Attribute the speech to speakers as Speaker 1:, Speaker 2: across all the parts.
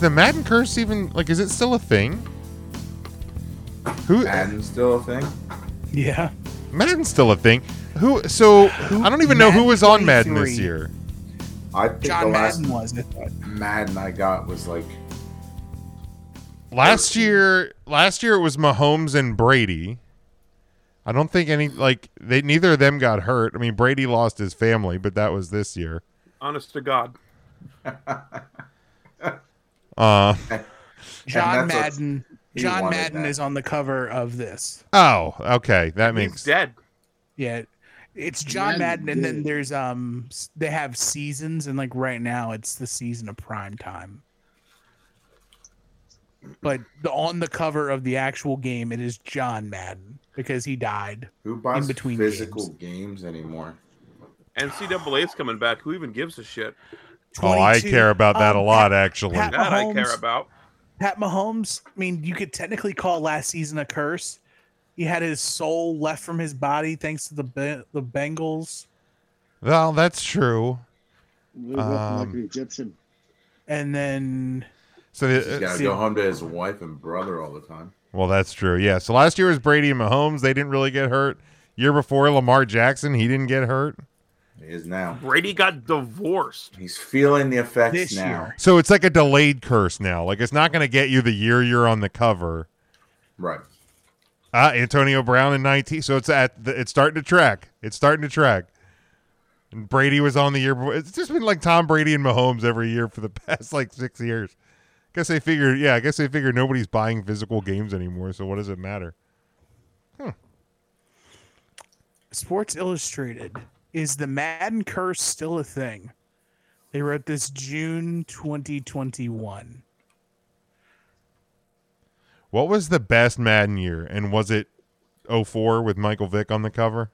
Speaker 1: the Madden curse even like? Is it still a thing? Who
Speaker 2: Madden's still a thing.
Speaker 3: Yeah.
Speaker 1: Madden's still a thing? Who? So I don't even know who
Speaker 3: Madden
Speaker 1: was on Madden this
Speaker 3: 23.
Speaker 1: year.
Speaker 2: I think the
Speaker 3: John
Speaker 2: last
Speaker 3: Madden was. I thought.
Speaker 2: Madden I got was like
Speaker 1: Last year, last year it was Mahomes and Brady. I don't think any like they neither of them got hurt. I mean, Brady lost his family, but that was this year.
Speaker 4: Honest to God.
Speaker 1: Uh,
Speaker 3: John
Speaker 2: that's what
Speaker 3: Madden.
Speaker 2: he
Speaker 3: John
Speaker 2: wanted
Speaker 3: Madden
Speaker 2: that.
Speaker 3: is on the cover of this.
Speaker 1: oh, okay, that
Speaker 4: He's
Speaker 1: makes
Speaker 4: dead.
Speaker 3: Yeah. It's John
Speaker 2: Madden
Speaker 3: Madden, and then
Speaker 2: did.
Speaker 3: there's um s- they have seasons, and like right now it's the season of prime time. But the, on the cover of the actual game, it is John Madden because he died.
Speaker 2: who buys
Speaker 3: In between
Speaker 2: physical games, anymore?
Speaker 4: NCAA's coming back. Who even gives a shit?
Speaker 1: Oh, I
Speaker 3: 22.
Speaker 1: care about that
Speaker 3: Um,
Speaker 1: a lot,
Speaker 3: Pat,
Speaker 1: actually.
Speaker 3: Pat-
Speaker 4: That I
Speaker 3: Mahomes.
Speaker 4: care about.
Speaker 3: Pat Mahomes. I mean, you could technically call last season a curse. He had his soul left from his body thanks to the Be- the Bengals.
Speaker 1: well, that's true.
Speaker 5: Move up like
Speaker 1: Um,
Speaker 5: an Egyptian.
Speaker 3: And then
Speaker 1: So, uh,
Speaker 2: He's
Speaker 1: the,
Speaker 2: got to go home to his wife and brother all the time.
Speaker 1: well, that's true. Yeah. So last year was Brady and Mahomes. They didn't really get hurt. Year before, Lamar Jackson, he didn't get hurt.
Speaker 2: He is now.
Speaker 4: Brady got divorced.
Speaker 2: He's feeling the effects
Speaker 3: This
Speaker 2: now.
Speaker 3: year.
Speaker 1: So it's like a delayed curse now. Like it's not going to get you the year you're on the cover.
Speaker 2: Right.
Speaker 1: Ah, Antonio Brown in 19. So it's at the, it's starting to track. It's starting to track. And Brady was on the year before. It's just been like Tom Brady and Mahomes every year for the past like six years. Guess they figured, yeah, I guess they figured nobody's buying physical games anymore. So what does it matter?
Speaker 3: Sports Illustrated. Is the Madden curse still a thing? They wrote this June 2021.
Speaker 1: What was the best Madden year? And was it 04 with Michael Vick on the cover?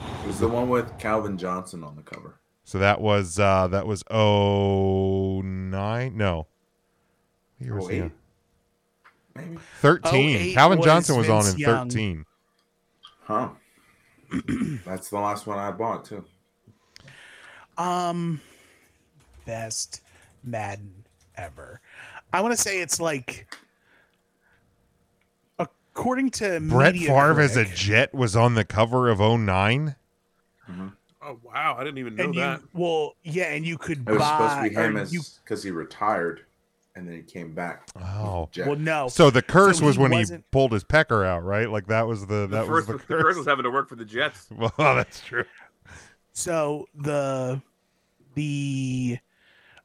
Speaker 2: It was the one with Calvin Johnson on the cover.
Speaker 1: So that was uh that was 09. No. What year was he on?
Speaker 2: 08? Oh, Maybe.
Speaker 1: 13.
Speaker 3: 08
Speaker 1: Calvin
Speaker 3: was
Speaker 1: Johnson was on
Speaker 3: Vince
Speaker 1: in
Speaker 3: Young.
Speaker 1: 13.
Speaker 2: Huh. That's the last one I bought too.
Speaker 3: Um, best Madden ever. I want to say it's like, according to
Speaker 1: Brett
Speaker 3: Media
Speaker 1: Favre as a
Speaker 3: Critic,
Speaker 1: Jet was on the cover of 09.
Speaker 4: Oh wow, I didn't even know
Speaker 3: and
Speaker 4: that.
Speaker 3: you well, yeah, and you could
Speaker 2: It was
Speaker 3: buy
Speaker 2: supposed to be him
Speaker 3: or
Speaker 2: as
Speaker 3: you,
Speaker 2: because he retired and then he came back.
Speaker 1: Oh.
Speaker 2: Jack.
Speaker 3: well, no,
Speaker 1: So the curse
Speaker 3: So
Speaker 1: was
Speaker 3: he
Speaker 1: when he
Speaker 3: wasn't-
Speaker 1: pulled his pecker out, right? Like that was the that
Speaker 4: the
Speaker 1: was
Speaker 4: first
Speaker 1: the
Speaker 4: the
Speaker 1: curse.
Speaker 4: was having to work for the Jets.
Speaker 1: well, that's true.
Speaker 3: So the the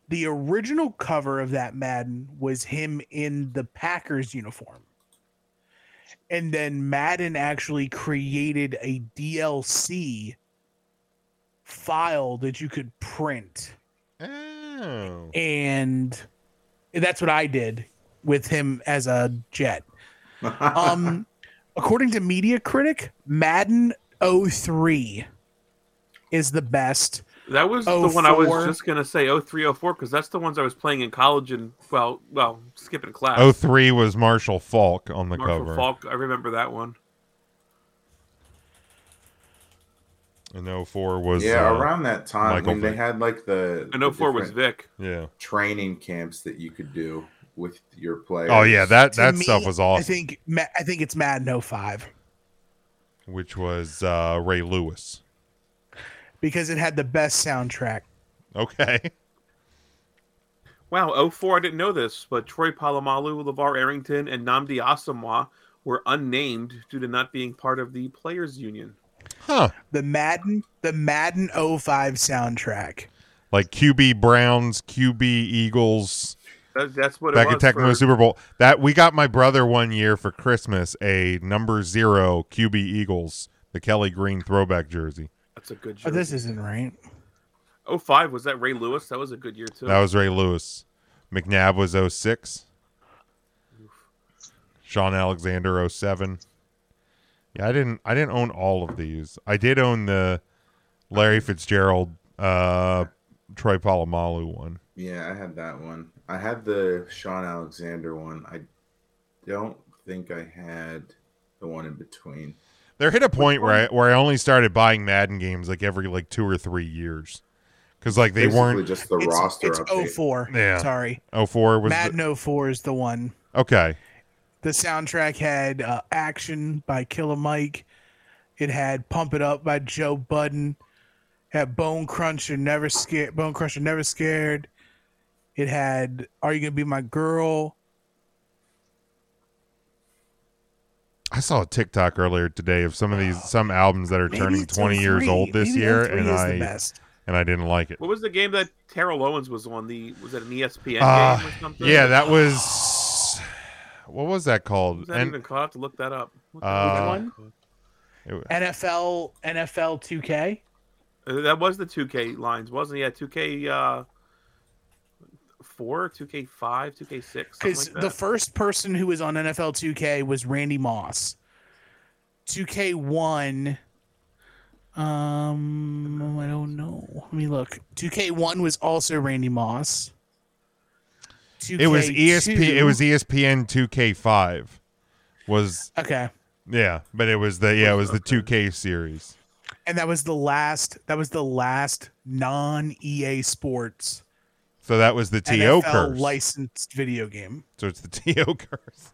Speaker 3: the original cover of that Madden was him in the Packers uniform. And then Madden actually created a DLC file that you could print.
Speaker 1: Oh.
Speaker 3: And that's what I did with him as a jet. Um according to Media Critic, Madden 03 is the best
Speaker 4: That was the one I was
Speaker 3: 04.
Speaker 4: just gonna say 0304 because that's the ones I was playing in college and well well skipping class.
Speaker 1: 03 was Marshall Falk on Oh, the
Speaker 4: Marshall
Speaker 1: cover.
Speaker 4: Falk, I remember that one.
Speaker 1: And 04 was
Speaker 2: yeah,
Speaker 1: uh,
Speaker 2: around that time
Speaker 1: Michael
Speaker 2: when they
Speaker 1: Vick.
Speaker 2: had like the
Speaker 4: And 04 was
Speaker 2: different
Speaker 4: Vic.
Speaker 1: Yeah.
Speaker 2: training camps that you could do with your players.
Speaker 1: Oh yeah, that
Speaker 3: To
Speaker 1: that
Speaker 3: me,
Speaker 1: stuff was
Speaker 3: I
Speaker 1: awesome.
Speaker 3: think Ma- I think it's Madden 05
Speaker 1: Which was uh, Ray Lewis.
Speaker 3: because it had the best soundtrack.
Speaker 1: Okay.
Speaker 4: Wow, 04, I didn't know this, but Troy Polamalu, LeVar Arrington, and Namdi Asamoah were unnamed due to not being part of the players union.
Speaker 1: Huh.
Speaker 3: The Madden, the Madden 05 soundtrack.
Speaker 1: Like QB Browns, QB Eagles.
Speaker 4: That, that's what
Speaker 1: back
Speaker 4: it
Speaker 1: at
Speaker 4: was.
Speaker 1: Tecmo
Speaker 4: for-
Speaker 1: Super Bowl. That we got my brother one year for Christmas a number zero QB Eagles, the Kelly Green throwback jersey.
Speaker 4: That's a good jersey.
Speaker 3: Oh, this isn't right.
Speaker 4: 05 Oh, was that Ray Lewis? That was a good year too.
Speaker 1: That was Ray Lewis. McNabb was 06. Sean Alexander 07. Yeah, I didn't I didn't own all of these. I did own the Larry Fitzgerald uh Troy Polamalu one.
Speaker 2: Yeah, I had that one. I had the Sean Alexander one. I don't think I had the one in between.
Speaker 1: There hit a point where I, where I only started buying Madden games like every like 2 or 3 years. because like they
Speaker 2: Basically
Speaker 1: weren't.
Speaker 2: just the
Speaker 3: it's,
Speaker 2: roster
Speaker 3: it's
Speaker 2: update.
Speaker 3: 04.
Speaker 1: Yeah.
Speaker 3: Sorry.
Speaker 1: Oh four was the-
Speaker 3: Madden 04 is the one.
Speaker 1: okay.
Speaker 3: The soundtrack had uh, Action by Killer Mike. It had Pump It Up by Joe Budden. Had Bone Cruncher Never Scared Bone Cruncher Never Scared. It had Are You Gonna Be My Girl?
Speaker 1: I saw a TikTok earlier today of some of these some albums that are
Speaker 3: Maybe
Speaker 1: turning
Speaker 3: it's
Speaker 1: 20 years
Speaker 3: 03.
Speaker 1: old this
Speaker 3: Maybe
Speaker 1: year,
Speaker 3: 03
Speaker 1: and
Speaker 3: is the
Speaker 1: I
Speaker 3: best.
Speaker 1: and I didn't like it.
Speaker 4: What was the game that Terrell Owens was on? The was it an E ESPN
Speaker 1: Uh,
Speaker 4: game or something?
Speaker 1: yeah, that was what was that called?
Speaker 4: Was that
Speaker 1: And-
Speaker 4: even called? I have to look that up. What the-
Speaker 1: Uh,
Speaker 4: one?
Speaker 3: NFL NFL 2K.
Speaker 4: Uh, That was the 2K lines, wasn't it? Yeah, 2K uh, four, 2K five, 2K six. something
Speaker 3: Because
Speaker 4: Like that.
Speaker 3: the first person who was on NFL 2K was Randy Moss. 2K1. Um, I don't know. Let me look. 2K1 was also Randy Moss. 2K2,
Speaker 1: it was ESP. It was E ESPN 2K5. Was
Speaker 3: okay,
Speaker 1: yeah, but it was the yeah it was the 2K series.
Speaker 3: and that was the last. That was the last non EA Sports
Speaker 1: So that was the TO
Speaker 3: NFL
Speaker 1: curse.
Speaker 3: licensed video game.
Speaker 1: So it's the TO curse.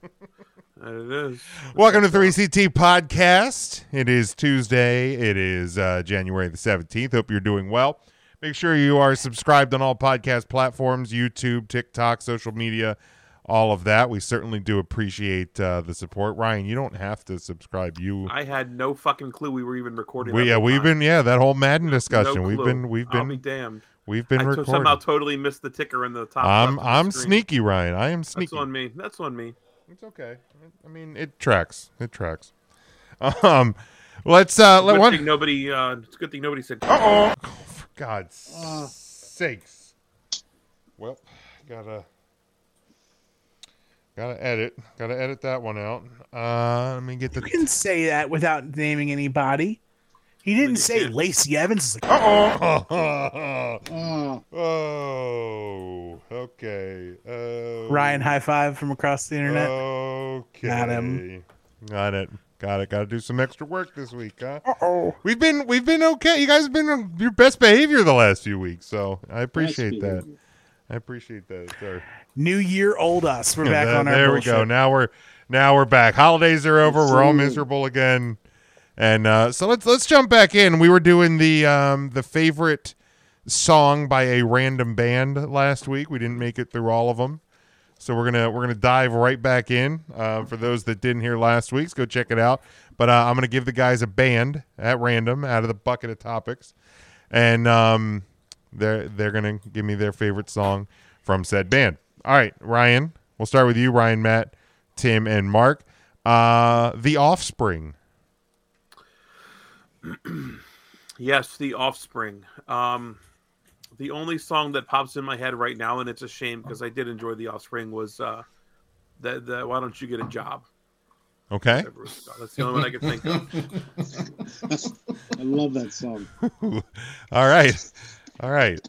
Speaker 4: There Uh, it is.
Speaker 1: Welcome to 3CT Podcast. It is Tuesday. It is uh, January the 17th. Hope you're doing well. Make sure you are subscribed on all podcast platforms YouTube, TikTok, social media, all of that. We certainly do appreciate uh, the support. Ryan, you don't have to subscribe. You.
Speaker 4: I had no fucking clue we were even recording.
Speaker 1: We,
Speaker 4: that
Speaker 1: yeah,
Speaker 4: whole
Speaker 1: we've
Speaker 4: time.
Speaker 1: been yeah that whole Madden
Speaker 4: No
Speaker 1: discussion. we've
Speaker 4: clue.
Speaker 1: been we've
Speaker 4: I'll be
Speaker 1: been
Speaker 4: damned.
Speaker 1: we've been
Speaker 4: I to-
Speaker 1: recording.
Speaker 4: somehow totally missed the ticker in the top.
Speaker 1: I'm
Speaker 4: left of the
Speaker 1: I'm
Speaker 4: screen.
Speaker 1: sneaky, Ryan. I am
Speaker 4: That's
Speaker 1: sneaky.
Speaker 4: on me. That's on me.
Speaker 1: It's okay. I mean, it tracks. It tracks. Um, let's uh let
Speaker 4: Good
Speaker 1: one.
Speaker 4: thing nobody. Uh, it's a good thing nobody said.
Speaker 1: For God's sakes. Well, gotta gotta edit. Gotta edit that one out. Uh, let me get the.
Speaker 3: You can say that without naming anybody. He didn't say Lacey Evans is a
Speaker 1: oh, okay. Oh, Uh,
Speaker 3: Ryan high five from across the internet.
Speaker 1: Okay.
Speaker 3: Got him.
Speaker 1: Got it. Got it. Got to do some extra work this week, huh?
Speaker 3: oh.
Speaker 1: We've been we've been okay. You guys have been on your best behavior the last few weeks, so I appreciate that. I appreciate that. Sorry.
Speaker 3: New year, old us. We're back
Speaker 1: There-
Speaker 3: on our.
Speaker 1: there we go.
Speaker 3: bullshit.
Speaker 1: Now we're now we're back. Holidays are over. We're all
Speaker 2: Absolutely.
Speaker 1: miserable again. And uh, so let's let's jump back in. We were doing the um, the favorite song by a random band last week. We didn't make it through all of them, so we're gonna we're gonna dive right back in. Uh, for those that didn't hear last week's, go check it out. But uh, I'm gonna give the guys a band at random out of the bucket of topics, and um, they're they're gonna give me their favorite song from said band. All right, Ryan, we'll start with you, Ryan, Matt, Tim, and Mark. Uh, the Offspring.
Speaker 4: Yes, The Offspring. Um, the only song that pops in my head right now, and it's a shame because I did enjoy The Offspring, was uh, the, the Why Don't You Get a Job?
Speaker 1: Okay.
Speaker 4: That's the only one I can think of.
Speaker 5: I love that song.
Speaker 1: All right. All right.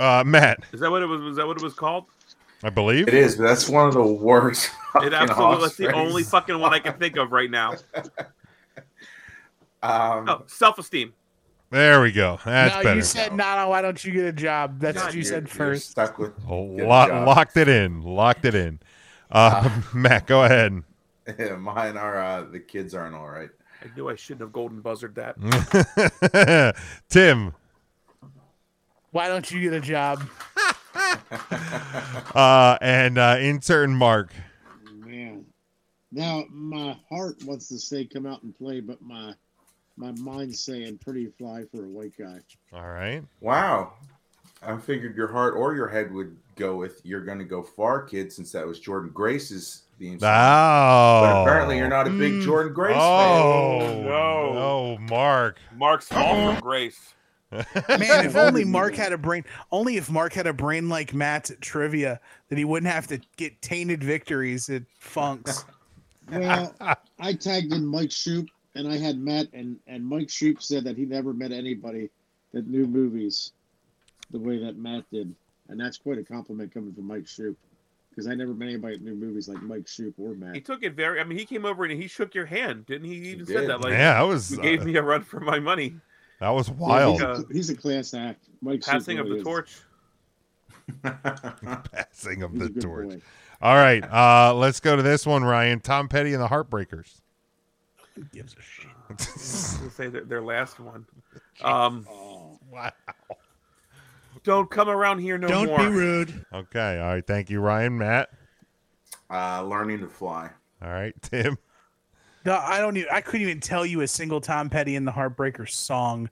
Speaker 1: Uh, Matt,
Speaker 4: Is that what it was? Was that what it was called?
Speaker 1: I believe.
Speaker 2: It is, but that's one of the worst.
Speaker 4: It
Speaker 2: fucking
Speaker 4: absolutely. That's the
Speaker 2: offsprings.
Speaker 4: only fucking one I can think of right now.
Speaker 2: Um,
Speaker 4: Oh, self-esteem.
Speaker 1: There we go. That's
Speaker 3: no,
Speaker 1: better.
Speaker 3: you said no, no. Why don't you get a job? That's
Speaker 4: God,
Speaker 3: what you
Speaker 2: you're-
Speaker 3: said
Speaker 2: you're
Speaker 3: first.
Speaker 2: Stuck with
Speaker 1: A
Speaker 2: Good
Speaker 1: lot,
Speaker 2: job.
Speaker 1: locked it in. Locked it in. Uh, Matt, go ahead.
Speaker 2: mine. Are uh, the kids aren't all right.
Speaker 4: I knew I shouldn't have golden buzzard that.
Speaker 1: Tim.
Speaker 3: Why don't you get a job?
Speaker 1: Uh, and uh, insert Mark.
Speaker 5: Man. Now my heart wants to say come out and play, but my my mind's saying pretty fly for a white guy.
Speaker 1: All right.
Speaker 2: Wow. I figured your heart or your head would go with "You're Gonna Go Far, Kid," since that was Jordan Grace's theme song.
Speaker 1: Oh.
Speaker 2: But apparently, you're not a big
Speaker 3: Mm.
Speaker 2: Jordan Grace
Speaker 1: Oh
Speaker 4: Oh, no.
Speaker 1: no, Mark.
Speaker 4: Mark's fall from grace.
Speaker 3: Man, if only Mark had a brain. Only if Mark had a brain like Matt's at trivia, that he wouldn't have to get tainted victories at funks.
Speaker 5: Well, I tagged in Mike Shoop and I had Matt and, and Mike Shoop said that he never met anybody that knew movies the way that Matt did. And that's quite a compliment coming from Mike Shoop. Because I never met anybody that knew movies like Mike Shoop or
Speaker 4: He
Speaker 5: Matt.
Speaker 4: took it very. I mean, he came over and he shook your hand, didn't he? He even said
Speaker 2: did.
Speaker 4: that. Like,
Speaker 1: yeah, that was
Speaker 4: you gave me a run for my money.
Speaker 1: That was
Speaker 5: Yeah,
Speaker 1: wild.
Speaker 5: he's, a, he's a class act. Mike Shoup
Speaker 4: Passing of the
Speaker 5: really is.
Speaker 4: torch.
Speaker 1: Passing of
Speaker 5: He's a
Speaker 1: the
Speaker 5: good
Speaker 1: torch.
Speaker 5: boy.
Speaker 1: All right, uh, let's go to this one, Ryan. Tom Petty and the Heartbreakers.
Speaker 3: Who gives a shit?
Speaker 4: to say their, their last one. Um,
Speaker 5: Oh,
Speaker 1: Wow.
Speaker 4: don't come around here no
Speaker 6: Don't
Speaker 4: more.
Speaker 6: be rude.
Speaker 1: Okay. All right. Thank you, Ryan. Matt.
Speaker 2: uh, learning to fly.
Speaker 1: All right, Tim.
Speaker 3: No, I don't even. I couldn't even tell you a single Tom Petty and the Heartbreakers song.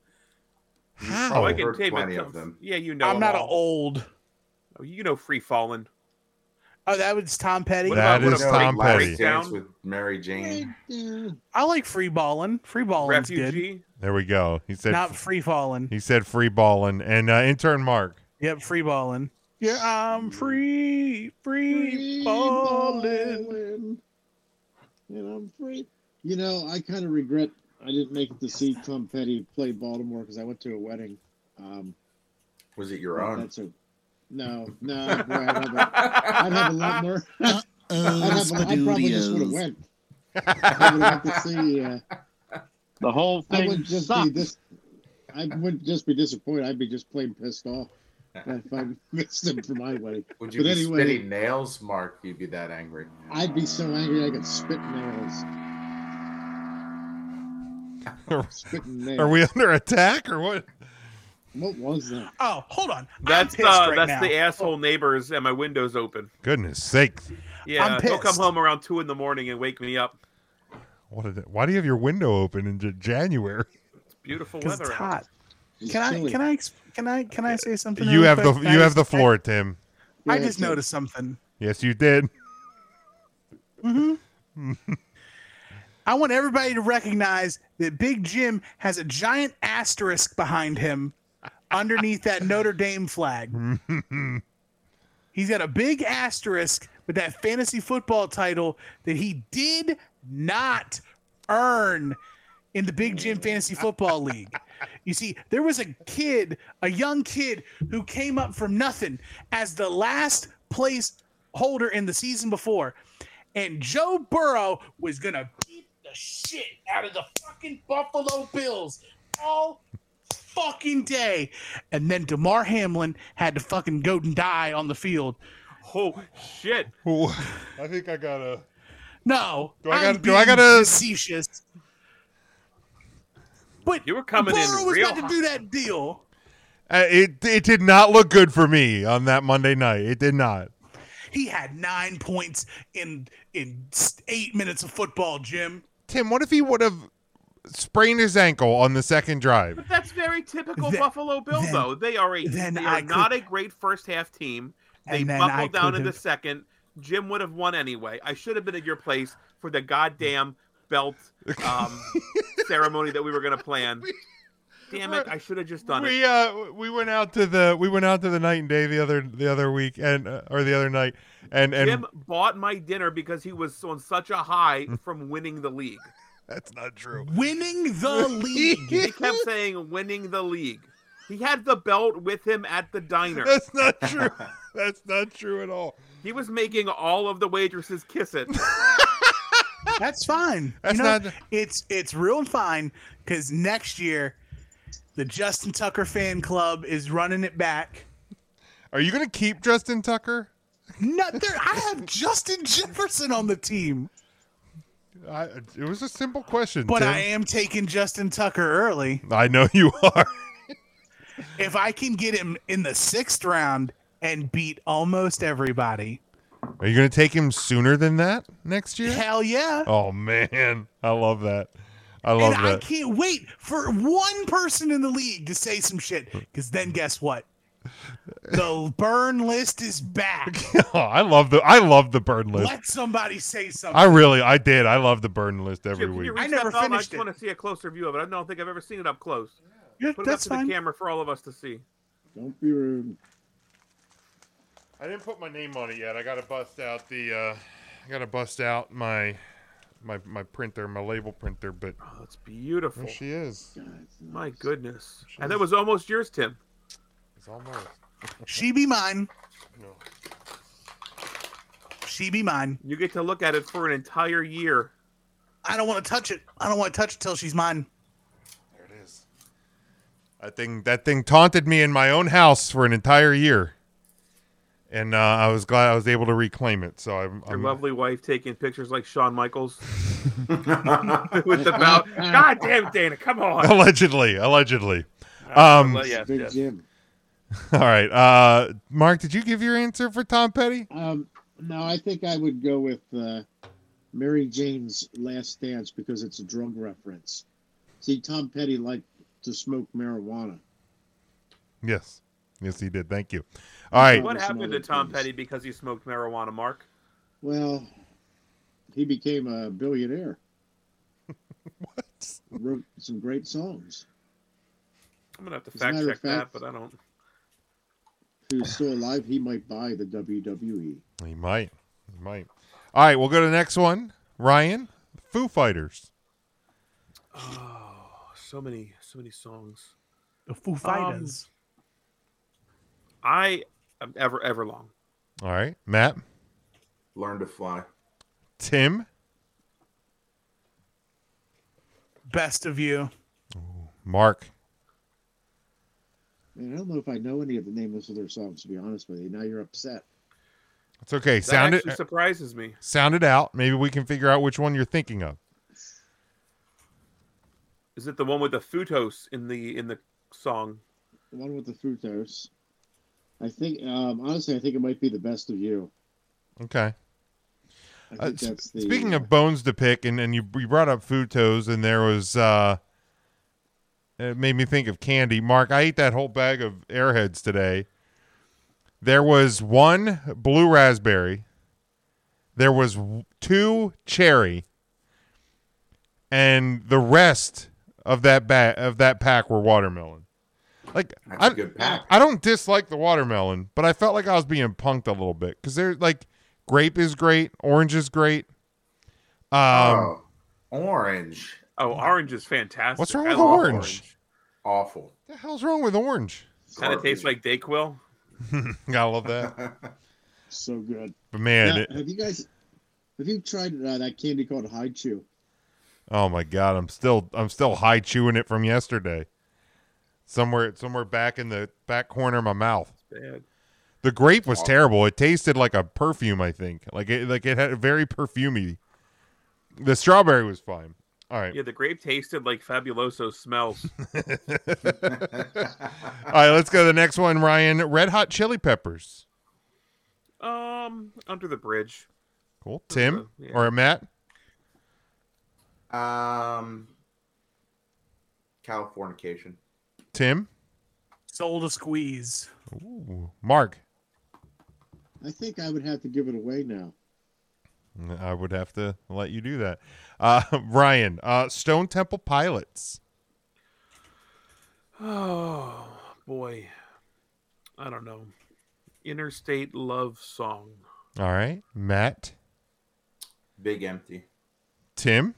Speaker 1: How?
Speaker 4: Oh, I
Speaker 2: I've
Speaker 4: can
Speaker 2: heard
Speaker 4: tape
Speaker 2: plenty
Speaker 4: it.
Speaker 2: of
Speaker 4: some-
Speaker 2: them.
Speaker 4: Yeah, you know.
Speaker 3: I'm
Speaker 4: them
Speaker 3: not an
Speaker 4: all.
Speaker 3: old.
Speaker 4: Oh, You know, free falling.
Speaker 3: Oh, that was Tom Petty.
Speaker 4: What
Speaker 1: That
Speaker 4: about- what
Speaker 1: is
Speaker 4: about
Speaker 1: Tom
Speaker 4: Break-
Speaker 1: Petty.
Speaker 2: Dance
Speaker 4: Breakdown,
Speaker 2: with Mary Jane.
Speaker 5: right there.
Speaker 3: I like free ballin'. Free ballin's good.
Speaker 4: refugee.
Speaker 1: There we go. He said.
Speaker 3: Not free fallin'.
Speaker 1: he said free balling and uh, intern Mark.
Speaker 3: Yep, free ballin'. Yeah, I'm free, free
Speaker 5: Free
Speaker 3: ballin'.
Speaker 5: ballin'. And I'm free. You know, I kind of regret I didn't make it to see Tom Petty play Baltimore because I went to a wedding. Um,
Speaker 2: Was it
Speaker 5: but
Speaker 2: your own?
Speaker 5: That's a no, no. Boy, I'd, have a, I'd have a lot more. I'd
Speaker 6: Oh,
Speaker 5: have a, I probably just would have
Speaker 6: studios.
Speaker 5: went. I would have to see. Uh,
Speaker 7: The whole
Speaker 5: I
Speaker 7: thing
Speaker 5: wouldn't just be
Speaker 7: sucked.
Speaker 5: this. I wouldn't just be disappointed. I'd be just plain pissed off if I missed him for my wedding.
Speaker 2: Would you
Speaker 5: But
Speaker 2: be
Speaker 5: anyway-
Speaker 2: spitting nails, Mark? You'd be that angry.
Speaker 5: I'd be so angry I could spit nails. Spitting nails.
Speaker 1: Are we under attack or what?
Speaker 5: What was that?
Speaker 3: Oh, hold on.
Speaker 4: That's
Speaker 3: I'm
Speaker 4: the
Speaker 3: pissed right
Speaker 4: that's
Speaker 3: now.
Speaker 4: the asshole neighbors, and my window's open.
Speaker 1: Goodness sakes!
Speaker 4: Yeah,
Speaker 3: I'm
Speaker 4: they'll come
Speaker 3: pissed.
Speaker 4: home around two in the morning and wake me up.
Speaker 1: What? Did, why do you have your window open in J- January?
Speaker 4: It's beautiful
Speaker 3: 'Cause it's
Speaker 4: weather. out.
Speaker 3: hot. Can I can I exp- can I can I say something?
Speaker 1: You
Speaker 3: really
Speaker 1: have the
Speaker 3: quick,
Speaker 1: you
Speaker 3: guys?
Speaker 1: have the floor, Tim.
Speaker 3: I just noticed something.
Speaker 1: Yes, you did.
Speaker 3: hmm I want everybody to recognize that Big Jim has a giant asterisk behind him underneath that Notre Dame flag. He's got a big asterisk with that fantasy football title that he did not earn in the Big Jim Fantasy Football League. You see, there was a kid, a young kid, who came up from nothing as the last place holder in the season before. And Joe Burrow was going to beat the shit out of the fucking Buffalo Bills all fucking day. And then DeMar Hamlin had to fucking go and die on the field.
Speaker 4: Oh shit!
Speaker 1: Ooh, I think I got a.
Speaker 3: No.
Speaker 1: Do I gotta-
Speaker 3: I'm
Speaker 1: do I
Speaker 3: being
Speaker 1: gotta-
Speaker 3: Facetious. But
Speaker 4: You were coming in
Speaker 3: Burrow was
Speaker 4: real
Speaker 3: about to
Speaker 4: hot.
Speaker 3: do that deal.
Speaker 1: Uh, it it did not look good for me on that Monday night. It did not.
Speaker 3: He had nine points in in eight minutes of football, Jim.
Speaker 1: Tim, what if he would have sprained his ankle on the second drive?
Speaker 4: But that's very typical
Speaker 3: Then-
Speaker 4: Buffalo Bill,
Speaker 3: then-
Speaker 4: though. They are a
Speaker 3: then
Speaker 4: they
Speaker 3: I
Speaker 4: are
Speaker 3: could-
Speaker 4: not a great first half team. They
Speaker 3: And then I
Speaker 4: buckle down in the
Speaker 3: could've-
Speaker 4: second. Jim would have won anyway. I should have been at your place for the goddamn belt um, ceremony that we were going to plan. Damn it! I should have just done it.
Speaker 1: We uh we went out to the we went out to the night and day the other the other week and uh, or the other night and and
Speaker 4: Jim bought my dinner because he was on such a high
Speaker 3: Mm.
Speaker 4: from winning the league.
Speaker 1: that's not true.
Speaker 3: Winning the league.
Speaker 4: He kept saying winning the league. He had the belt with him at the diner.
Speaker 1: That's not true. that's not true at all.
Speaker 4: He was making all of the waitresses kiss it.
Speaker 3: That's fine.
Speaker 1: That's
Speaker 3: you know,
Speaker 1: not-
Speaker 3: it's it's real fine because next year the Justin Tucker fan club is running it back.
Speaker 1: Are you gonna keep Justin Tucker?
Speaker 3: No, there, I have Justin Jefferson on the team,
Speaker 1: I, it was a simple question.
Speaker 3: but
Speaker 1: Tim.
Speaker 3: I am taking Justin Tucker early.
Speaker 1: I know you are.
Speaker 3: If I can get him in the sixth round and beat almost everybody,
Speaker 1: Are you gonna take him sooner than that next year?
Speaker 3: hell yeah.
Speaker 1: Oh man, I love that. I love
Speaker 3: And I
Speaker 1: that.
Speaker 3: can't wait for one person in the league to say some shit. Because then guess what? The burn list is back.
Speaker 1: Oh, I love the I love the burn list.
Speaker 3: Let somebody say something.
Speaker 1: I really I did. I love the burn list every
Speaker 4: Jim, can you
Speaker 1: week.
Speaker 4: reach
Speaker 3: I never
Speaker 4: that button? I
Speaker 3: finished
Speaker 4: just
Speaker 3: it.
Speaker 4: want to see a closer view of it. I don't think I've ever seen it up close.
Speaker 3: Yeah,
Speaker 4: Put it up
Speaker 3: that's
Speaker 4: to
Speaker 3: fine.
Speaker 4: the camera for all of us to see.
Speaker 5: Don't be rude.
Speaker 1: I didn't put my name on it yet. I gotta bust out the uh I gotta bust out my my my printer, my label printer, but
Speaker 4: Oh, that's beautiful.
Speaker 1: there she is.
Speaker 5: God, it's
Speaker 4: My
Speaker 5: nice.
Speaker 4: goodness. And that was almost yours, Tim.
Speaker 1: It's almost
Speaker 3: She be mine.
Speaker 1: no.
Speaker 3: She be mine.
Speaker 4: You get to look at it for an entire year.
Speaker 3: I don't want to touch it. I don't want to touch it till she's mine.
Speaker 1: There it is. That thing that thing taunted me in my own house for an entire year, and uh, I was glad I was able to reclaim it. So I'm,
Speaker 4: Your
Speaker 1: I'm-
Speaker 4: lovely wife taking pictures like Shawn Michaels with the belt. God damn it, Dana! Come
Speaker 3: Oh,
Speaker 4: on.
Speaker 1: allegedly allegedly. Um,
Speaker 4: Well, yes,
Speaker 5: Big
Speaker 4: yes.
Speaker 5: Jim.
Speaker 1: All right, uh, Mark, did you give your answer for Tom Petty?
Speaker 5: Um, no, I think I would go with uh, Mary Jane's Last Dance because it's a drug reference. See, Tom Petty liked to smoke marijuana.
Speaker 1: Yes, yes, he did. Thank you. All right,
Speaker 4: What
Speaker 5: Some
Speaker 4: happened to
Speaker 5: other
Speaker 4: Tom
Speaker 5: things.
Speaker 4: Petty because he smoked marijuana, Mark?
Speaker 5: Well, he became a billionaire.
Speaker 1: What?
Speaker 5: Wrote some great songs.
Speaker 4: I'm gonna have to
Speaker 5: As a
Speaker 4: fact
Speaker 5: matter
Speaker 4: check
Speaker 5: of
Speaker 4: that,
Speaker 5: fact-
Speaker 4: but I don't.
Speaker 5: If he was still alive, he might buy the E. WWE.
Speaker 1: He might. He might. All right, we'll go to the next one. Ryan, Foo Fighters.
Speaker 4: Oh, so many, so many songs.
Speaker 3: The Foo Fighters.
Speaker 4: Um, I am ever, ever long.
Speaker 1: All right, Matt,
Speaker 2: Learn to fly.
Speaker 1: Tim,
Speaker 3: Best of you.
Speaker 1: Mark.
Speaker 5: Man, I don't know if I know any of the names of their songs. To be honest with you, now you're upset.
Speaker 1: It's okay.
Speaker 4: That
Speaker 1: sound it.
Speaker 4: actually surprises me.
Speaker 1: sound it out. Maybe we can figure out which one you're thinking of.
Speaker 4: Is it the one with the futos in the in the song?
Speaker 5: The one with the fructose. I think, um, honestly, I think it might be the best of you.
Speaker 1: Okay.
Speaker 5: I think
Speaker 1: Uh, sp-
Speaker 5: that's the,
Speaker 1: Speaking of bones to pick, and and you you brought up Futos, and there was. uh it made me think of candy. Mark, I ate that whole bag of airheads today. There was one blue raspberry. There was w- two cherry. And the rest of that bag of that pack were watermelon. Like
Speaker 2: That's
Speaker 1: I,
Speaker 2: a good pack.
Speaker 1: I don't dislike the watermelon, but I felt like I was being punked a little bit because there's like grape is great, orange is great. Um,
Speaker 2: oh, orange.
Speaker 4: Oh, orange is fantastic.
Speaker 1: What's wrong
Speaker 4: I
Speaker 1: with
Speaker 4: love
Speaker 1: orange?
Speaker 2: Awful.
Speaker 1: the hell's wrong with orange?
Speaker 4: Kind of tastes like Dayquil.
Speaker 1: Gotta love that.
Speaker 5: so good.
Speaker 1: But man,
Speaker 5: Now,
Speaker 1: it,
Speaker 5: have you guys have you tried uh, that candy called Hide Chew?
Speaker 1: oh my god, I'm still I'm still high chewing it from yesterday. Somewhere somewhere back in the back corner of my mouth.
Speaker 4: Bad.
Speaker 1: The grape was terrible. It tasted like a perfume, I think. Like it like it had a very perfumey. The strawberry was fine. All right.
Speaker 4: Yeah, the grape tasted like Fabuloso smells.
Speaker 1: All right, let's go to the next one, Ryan. Red Hot Chili Peppers.
Speaker 4: um, under the bridge.
Speaker 1: Cool. Tim
Speaker 4: yeah.
Speaker 1: or Matt?
Speaker 2: um, Californication.
Speaker 1: Tim?
Speaker 3: Soul to squeeze.
Speaker 1: Ooh. Mark?
Speaker 5: I think I would have to give it away now.
Speaker 1: I would have to let you do that. Uh, Ryan, uh, Stone Temple Pilots.
Speaker 4: Oh boy, I don't know. Interstate love song.
Speaker 1: All right. Matt?
Speaker 2: Big empty.
Speaker 1: Tim?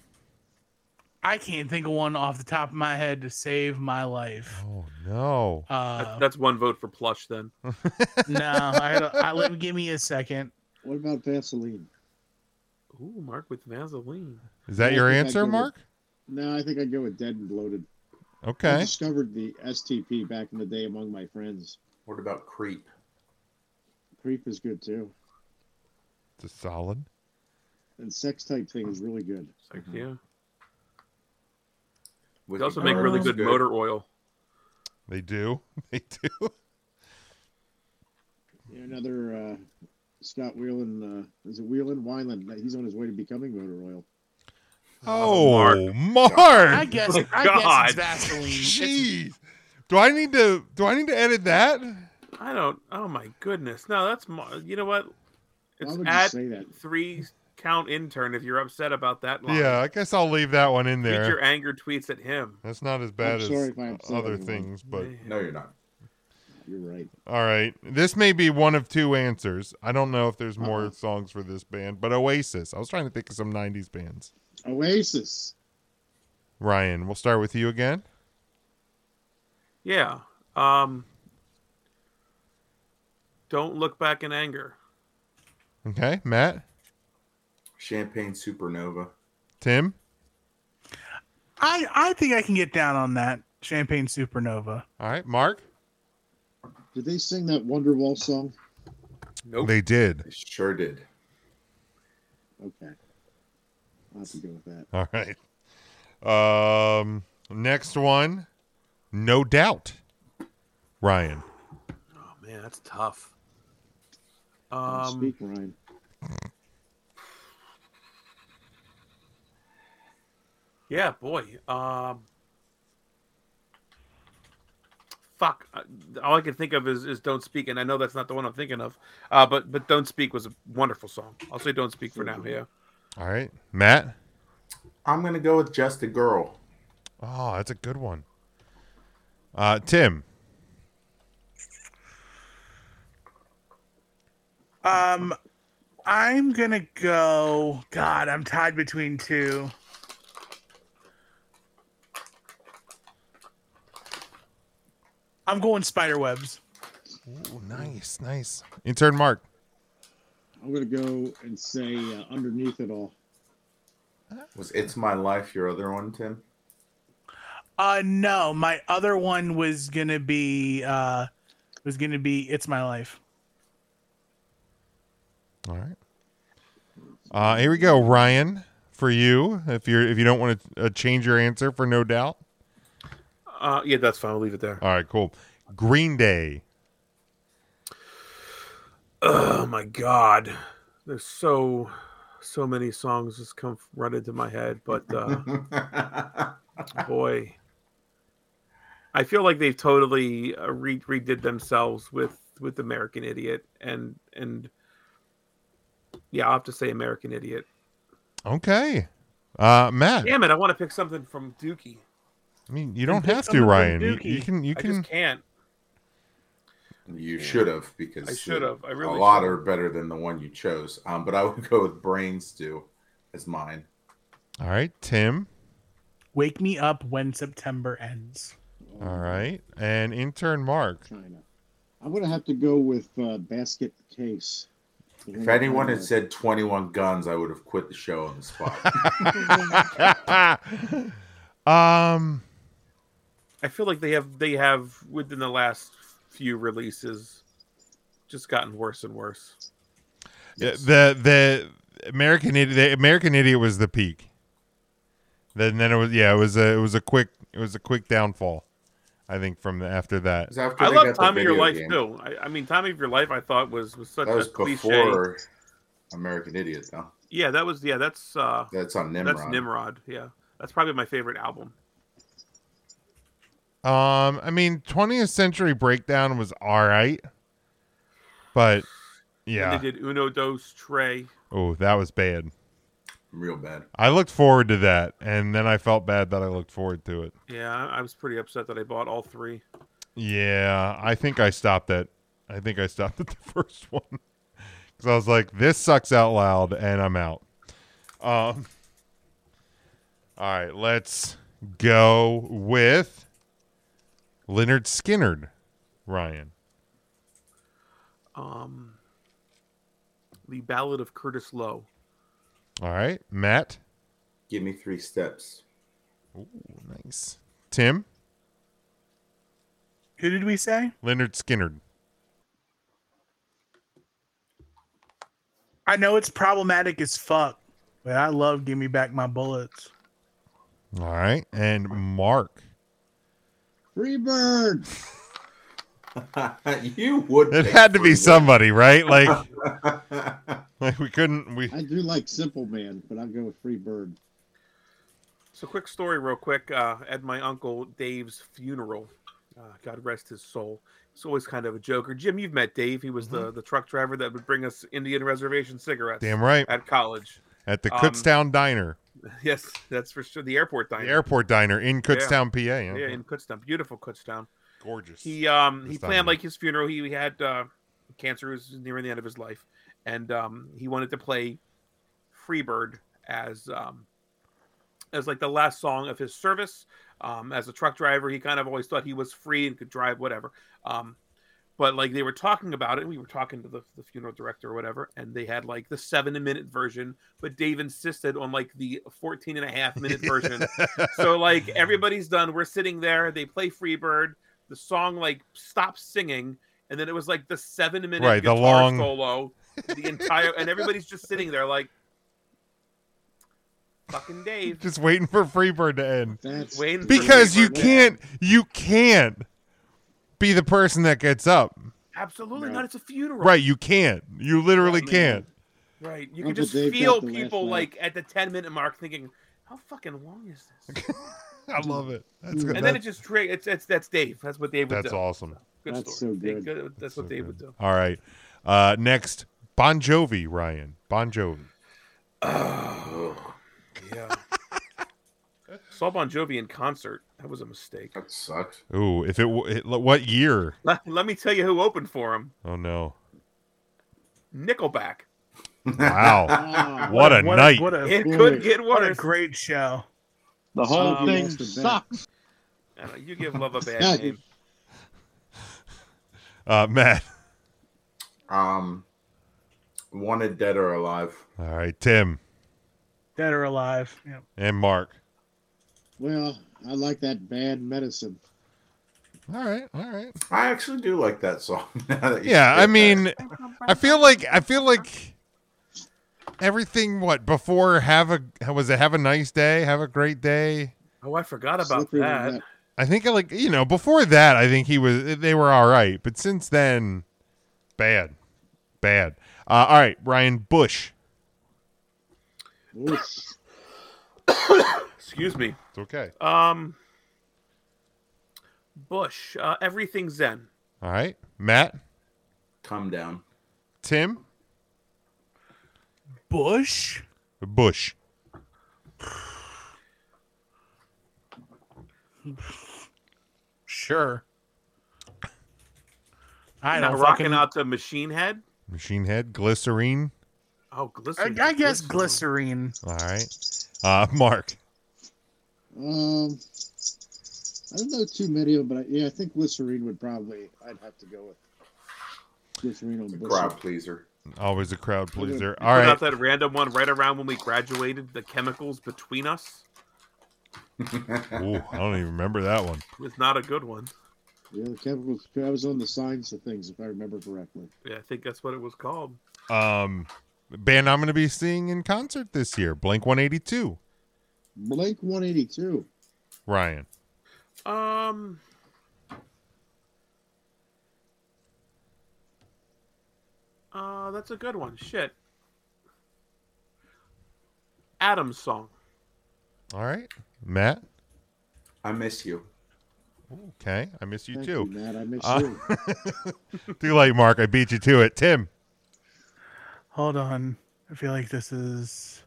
Speaker 3: I can't think of one off the top of my head to save my life.
Speaker 1: Oh, no.
Speaker 4: That-
Speaker 3: Uh,
Speaker 4: that's one vote for plush then.
Speaker 3: no, I, don't- I let give me a second.
Speaker 5: What about Vaseline?
Speaker 4: Ooh, Mark with Vaseline.
Speaker 1: Is that
Speaker 5: I
Speaker 1: your
Speaker 5: think I
Speaker 1: answer,
Speaker 5: give it-
Speaker 1: Mark?
Speaker 5: No, I think I'd go with Dead and Bloated. I
Speaker 1: Okay.
Speaker 5: discovered the STP back in the day among my friends.
Speaker 2: What about creep?
Speaker 5: Creep is good too,
Speaker 1: It's a solid.
Speaker 5: and Sex Type Thing is really good.
Speaker 4: It's like,
Speaker 1: Mm-hmm.
Speaker 2: Mhm.
Speaker 4: yeah,
Speaker 2: With
Speaker 4: they also
Speaker 2: the
Speaker 4: make really
Speaker 2: girls.
Speaker 4: good, motor oil.
Speaker 1: They do. They do.
Speaker 5: Yeah, Another uh, Scott Whelan uh, is it Whelan Wineland? He's on his way to becoming motor oil.
Speaker 1: Oh, Mark.
Speaker 3: I guess, I guess
Speaker 4: God.
Speaker 3: it's Vaseline. It's-
Speaker 1: Jeez. Do I need to do I need to edit that?
Speaker 4: I don't. Oh my goodness. No, that's Mar- you know what?
Speaker 5: Why
Speaker 4: It's
Speaker 5: would you
Speaker 4: at
Speaker 5: say that?
Speaker 4: three count intern. If you're upset about that, line.
Speaker 1: Yeah, I guess I'll leave that one in
Speaker 4: Tweet
Speaker 1: there.
Speaker 4: your anger tweets at him.
Speaker 1: That's not as bad
Speaker 5: sorry
Speaker 1: as
Speaker 5: if I upset
Speaker 1: other
Speaker 5: anyone.
Speaker 1: things, but
Speaker 4: Man.
Speaker 2: No, you're not.
Speaker 5: You're right.
Speaker 1: all right. This may be one of two answers. I don't know if there's more songs for this band, but Oasis. I was trying to think of some 90s bands.
Speaker 5: Oasis.
Speaker 1: Ryan, we'll start with you again.
Speaker 4: Yeah. Um. Don't look back in anger.
Speaker 1: Okay, Matt,
Speaker 2: Champagne supernova.
Speaker 1: Tim.
Speaker 3: I, I think I can get down on that. Champagne Supernova.
Speaker 1: All right, Mark.
Speaker 5: Did they sing that Wonderwall song?
Speaker 2: Nope.
Speaker 1: They did.
Speaker 2: They sure did.
Speaker 5: Okay. I'll have to go with that.
Speaker 1: All right. Um, next one, no doubt. Ryan.
Speaker 4: Oh man, that's tough.
Speaker 5: Speak,
Speaker 4: Um,
Speaker 5: Ryan.
Speaker 4: yeah, boy. Um, fuck. Uh, All I can think of is, is "Don't Speak," and I know that's not the one I'm thinking of. Uh, but but "Don't Speak" was a wonderful song. I'll say "Don't Speak" for now. Yeah.
Speaker 1: All right, Matt.
Speaker 2: I'm gonna go with just a girl.
Speaker 1: Oh, that's a good one. Uh, Tim.
Speaker 3: Um, I'm gonna go. God, I'm tied between two. I'm going spider webs.
Speaker 1: Ooh, nice, nice. Intern Mark.
Speaker 5: I'm going to go and say uh, Underneath It All.
Speaker 2: Was "It's My Life" your other one, Tim?
Speaker 3: Uh, no, my other one was gonna be uh, was gonna be it's my life.
Speaker 1: All right. Uh, here we go, Ryan. For you, if you're if you don't want to uh, change your answer for no doubt.
Speaker 4: Uh, yeah, that's fine. I'll leave it there.
Speaker 1: All right, cool. Green Day.
Speaker 4: Oh my god, there's so so many songs just come right into my head, but uh, Uh-huh. boy, I feel like they've totally uh, re- redid themselves with with American Idiot and and yeah, I'll have to say American Idiot.
Speaker 1: Okay. Uh, Matt.
Speaker 4: Damn it, I want to pick something from Dookie.
Speaker 1: I mean, you don't
Speaker 3: pick
Speaker 1: have to,
Speaker 3: something from
Speaker 1: Ryan. You,
Speaker 3: Dookie.
Speaker 1: you can. You
Speaker 4: I
Speaker 1: can.
Speaker 4: just can't.
Speaker 2: you should have because
Speaker 4: I should have. I really
Speaker 2: a lot
Speaker 4: should've.
Speaker 2: are better than the one you chose. Um, but I would go with "Brains Do" as mine.
Speaker 1: All right, Tim.
Speaker 3: Wake me up when September ends.
Speaker 1: All right, and intern Mark.
Speaker 5: uh, China. I'm going to have to go with uh, Basket Case. Mm-hmm.
Speaker 2: If anyone had said 21 guns, I would have quit the show on the spot.
Speaker 1: um.
Speaker 4: I feel like they have they have within the last few releases just gotten worse and worse.
Speaker 1: the the American idiot the American idiot was the peak. Then then it was yeah it was a it was a quick it was a quick downfall, I think from the, after that.
Speaker 2: 'Cause after
Speaker 4: I
Speaker 2: they
Speaker 4: love
Speaker 2: got the
Speaker 4: Time of Your
Speaker 2: video
Speaker 4: Life
Speaker 2: game-
Speaker 4: too. I, I mean, Time of Your Life, I thought was was such
Speaker 2: That was
Speaker 4: a cliche.
Speaker 2: before American Idiot, though.
Speaker 4: Yeah, that was yeah. That's uh,
Speaker 2: That's on Nimrod.
Speaker 4: that's Nimrod. Yeah, that's probably my favorite album.
Speaker 1: Um, I mean, 20th Century Breakdown was all right, but
Speaker 4: And
Speaker 1: yeah,
Speaker 4: they did Uno Dos Trey.
Speaker 1: oh that was bad.
Speaker 2: Real bad.
Speaker 1: I looked forward to that, and then I felt bad that I looked forward to it.
Speaker 4: Yeah, I I was pretty upset that I bought all three.
Speaker 1: Yeah, I think I stopped at I think I stopped at the first one because I was like, "This sucks out loud," and I'm out. Um. All right, let's go with Leonard Skinnerd, Ryan.
Speaker 4: Um, the Ballad of Curtis Lowe.
Speaker 1: All right, Matt.
Speaker 2: Give me three steps.
Speaker 1: Ooh, nice. Tim.
Speaker 3: Who did we say?
Speaker 1: Leonard Skinnerd.
Speaker 3: I know it's problematic as fuck, but I love "Give Me Back My Bullets."
Speaker 1: All right, and Mark.
Speaker 5: Free Bird.
Speaker 2: you would.
Speaker 1: It
Speaker 2: pick
Speaker 1: had to be
Speaker 2: Freeway.
Speaker 1: somebody, right? Like, like we couldn't. We
Speaker 5: I do like Simple Man, but I'll go with Free Bird.
Speaker 4: So, quick story, real quick. Uh, at my uncle Dave's funeral, uh, God rest his soul. He's always kind of a joker. Jim, you've met Dave. He was the, the truck driver that would bring us Indian reservation cigarettes
Speaker 1: Mm-hmm. damn right
Speaker 4: at college.
Speaker 1: at the
Speaker 4: um,
Speaker 1: Kutztown Diner.
Speaker 4: Yes, that's for sure. The airport diner.
Speaker 1: The airport diner in Kutztown, PA. Yeah,
Speaker 4: Yeah, in Kutztown, beautiful Kutztown.
Speaker 1: gorgeous.
Speaker 4: He um he
Speaker 1: Kutztown.
Speaker 4: planned like his funeral. He, he had uh, cancer. It was nearing the end of his life, and um he wanted to play Freebird as um as like the last song of his service. Um, as a truck driver, he kind of always thought he was free and could drive whatever. Um, but like they were talking about it. We were talking to the, the funeral director or whatever, and they had like the seven minute version, but Dave insisted on like the 14 and a half minute version. so like everybody's done. We're sitting there. They play Freebird. The song like stops singing, and then it was like the seven minute
Speaker 1: Right, the
Speaker 4: guitar
Speaker 1: long-
Speaker 4: solo. The entire and everybody's just sitting there like fucking Dave.
Speaker 1: Just waiting for Freebird to end.
Speaker 5: That's
Speaker 4: waiting for
Speaker 1: Because you
Speaker 4: Freebird to end.
Speaker 1: can't you can't be the person that gets up.
Speaker 4: Absolutely
Speaker 5: No.
Speaker 4: not. It's a funeral.
Speaker 1: Right, you can't. You literally
Speaker 4: Right,
Speaker 1: can't.
Speaker 4: Right. You can
Speaker 5: Uncle
Speaker 4: just
Speaker 5: Dave got
Speaker 4: feel
Speaker 5: the last
Speaker 4: people
Speaker 5: laugh.
Speaker 4: like at the 10 minute mark thinking, how fucking long is this?
Speaker 1: I love it. That's good.
Speaker 4: And then it
Speaker 1: That's,
Speaker 4: just trigger. It's, it's that's Dave. That's what Dave would
Speaker 1: that's
Speaker 4: do.
Speaker 1: awesome.
Speaker 4: Good
Speaker 5: That's
Speaker 4: story.
Speaker 5: so
Speaker 4: Dave-
Speaker 5: good.
Speaker 4: That's
Speaker 1: So
Speaker 4: what Dave
Speaker 1: good.
Speaker 4: would do.
Speaker 1: All right. Uh, next, Bon Jovi, Ryan. Bon Jovi.
Speaker 2: Oh,
Speaker 4: Yeah. Saw Bon Jovi in concert. That was a mistake.
Speaker 2: that sucks.
Speaker 1: Ooh, if it, w- it what year?
Speaker 4: Let, let me tell you who opened for him.
Speaker 1: Oh no.
Speaker 4: Nickelback.
Speaker 1: Wow.
Speaker 5: Ah,
Speaker 1: What a night.
Speaker 3: What a,
Speaker 4: It
Speaker 5: boy.
Speaker 4: could get
Speaker 3: what a
Speaker 4: worse.
Speaker 3: great show.
Speaker 5: the whole
Speaker 4: Um,
Speaker 5: thing lost the bet. sucks.
Speaker 4: I know, uh, you give love a
Speaker 5: Yeah,
Speaker 4: bad name.
Speaker 1: Uh, Matt.
Speaker 2: Um, wanted dead or alive.
Speaker 1: All right, Tim
Speaker 3: Dead or alive. Yeah.
Speaker 1: and Mark.
Speaker 5: Well, I like that bad medicine.
Speaker 1: All right. All right.
Speaker 2: I actually do like that song. Now that you
Speaker 1: Yeah,
Speaker 2: say
Speaker 1: I
Speaker 2: that.
Speaker 1: mean, I feel like I feel like everything. What before? Have a was it? Have a nice day. Have a great day.
Speaker 4: Oh, I forgot about
Speaker 5: Slippery when
Speaker 4: that.
Speaker 5: wet.
Speaker 1: I think like you know before that. I think he was. They were all right, but since then, bad, bad. Uh, all right, Ryan Bush.
Speaker 5: Oof.
Speaker 4: Excuse me.
Speaker 1: It's okay.
Speaker 4: Um, Bush. Uh, everything Zen.
Speaker 1: All right, Matt,
Speaker 2: come down.
Speaker 1: Tim,
Speaker 3: Bush.
Speaker 1: Bush.
Speaker 3: Sure. I
Speaker 4: Not
Speaker 3: don't
Speaker 4: rocking
Speaker 3: fucking-
Speaker 4: out to Machine Head.
Speaker 1: Machine Head, Glycerine.
Speaker 4: Oh, glycerin.
Speaker 3: I, I guess glycerine.
Speaker 1: All right, uh, Mark.
Speaker 5: Um, I don't know too many of them, but I, yeah, I think glycerine would probably. I'd have to go with glycerine on
Speaker 2: It's a
Speaker 5: Bush.
Speaker 2: crowd pleaser.
Speaker 1: Always a crowd pleaser.
Speaker 4: All
Speaker 1: All
Speaker 4: right.
Speaker 1: right,
Speaker 4: that random one right around when we graduated. The chemicals between us
Speaker 1: Ooh, I don't even remember that one.
Speaker 4: was not a good one.
Speaker 5: Yeah, the chemicals. I was on the signs of things, if I remember correctly.
Speaker 4: Yeah, I think that's what it was called.
Speaker 1: um band I'm going to be seeing in concert this year, Blink 182.
Speaker 5: Blink 182.
Speaker 1: Ryan,
Speaker 4: Um. Uh, that's a good one. Shit. Adam's song.
Speaker 1: all right, Matt.
Speaker 2: I miss you.
Speaker 1: Okay, I miss you
Speaker 5: Thank
Speaker 1: too.
Speaker 5: you, Matt. I miss
Speaker 1: Uh,
Speaker 5: you.
Speaker 1: Too late, Mark. I beat you to it. Tim,
Speaker 3: Hold on. I feel like this is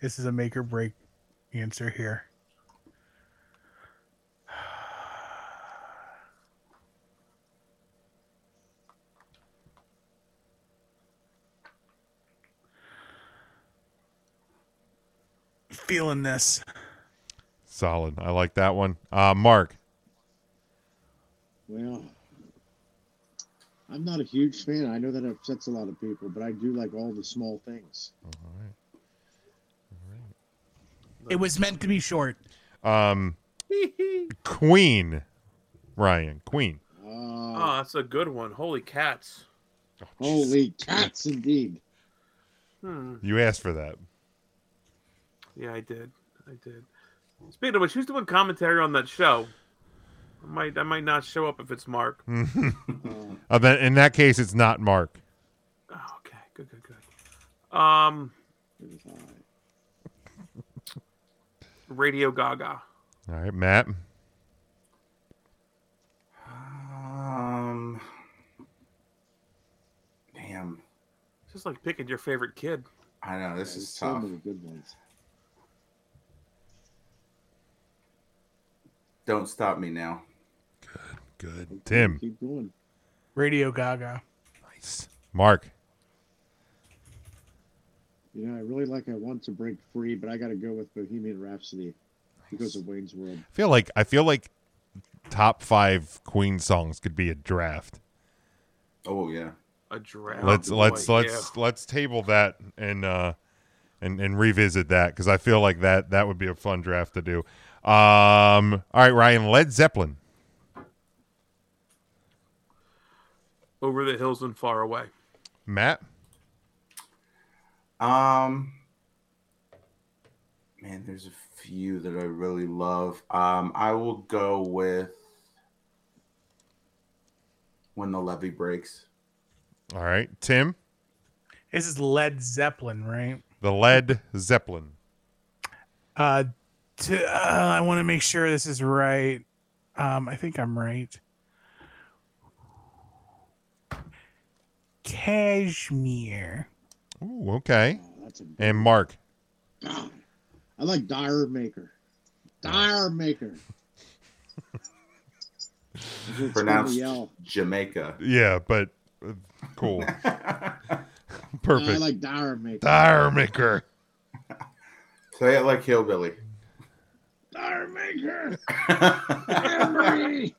Speaker 3: this is a make or break answer here. Feeling this.
Speaker 1: solid. I like that one. Uh, Mark,
Speaker 5: Well, I'm not a huge fan. I know that upsets a lot of people, but I do like all the small things.
Speaker 3: It was meant to be short.
Speaker 1: um, Queen, Ryan, Queen.
Speaker 5: Uh,
Speaker 4: Oh, that's a good one. Holy cats. Oh,
Speaker 5: holy cats, indeed.
Speaker 4: Hmm.
Speaker 1: You asked for that.
Speaker 4: Yeah, I did. I did. Speaking of which, who's doing commentary on that show? I might. I might not show up if it's Mark.
Speaker 1: Hmm.
Speaker 5: Uh,
Speaker 1: Uh, then in that case, it's not Mark.
Speaker 4: Oh, okay. Good. Good. Good. Um,
Speaker 5: it was uh, all right.
Speaker 4: Radio Gaga.
Speaker 1: All right, Matt.
Speaker 2: Um, damn.
Speaker 4: It's just like picking your favorite kid.
Speaker 2: I know this
Speaker 5: There's
Speaker 2: is
Speaker 5: so
Speaker 2: tough.
Speaker 5: many good ones.
Speaker 2: Don't stop me now.
Speaker 1: Good. Tim.
Speaker 5: Keep going.
Speaker 3: Radio Gaga.
Speaker 1: Nice. Mark.
Speaker 5: You know, I really like I Want to Break Free, but I got to go with Bohemian Rhapsody because of Wayne's World.
Speaker 1: I feel like I feel like top five Queen songs could be a draft.
Speaker 2: Oh yeah.
Speaker 4: A draft.
Speaker 1: let's
Speaker 4: Oh, boy,
Speaker 1: let's let's
Speaker 4: yeah.
Speaker 1: let's table that and uh and and revisit that because I feel like that that would be a fun draft to do. Um, all right, Ryan, Led Zeppelin.
Speaker 4: over the hills and far away.
Speaker 1: Matt,
Speaker 2: Um, man, there's a few that I really love. Um, I will go with when the levee breaks.
Speaker 1: all right, Tim,
Speaker 3: This is Led Zeppelin, right?
Speaker 1: the Led Zeppelin.
Speaker 3: Uh, to, uh I want to make sure this is right. Um, I think I'm right. Cashmere.
Speaker 1: Ooh, okay.
Speaker 5: Oh, that's a
Speaker 1: And Mark,
Speaker 5: God. I like Dire Maker. Dire Maker. It's
Speaker 2: Pronounced
Speaker 5: with a L.
Speaker 2: Jamaica.
Speaker 1: yeah, but uh, cool,
Speaker 5: I
Speaker 1: perfect.
Speaker 5: like Dire Maker.
Speaker 1: Tire maker.
Speaker 2: Say it like hillbilly.
Speaker 5: Dire Maker.
Speaker 2: I
Speaker 5: Memory.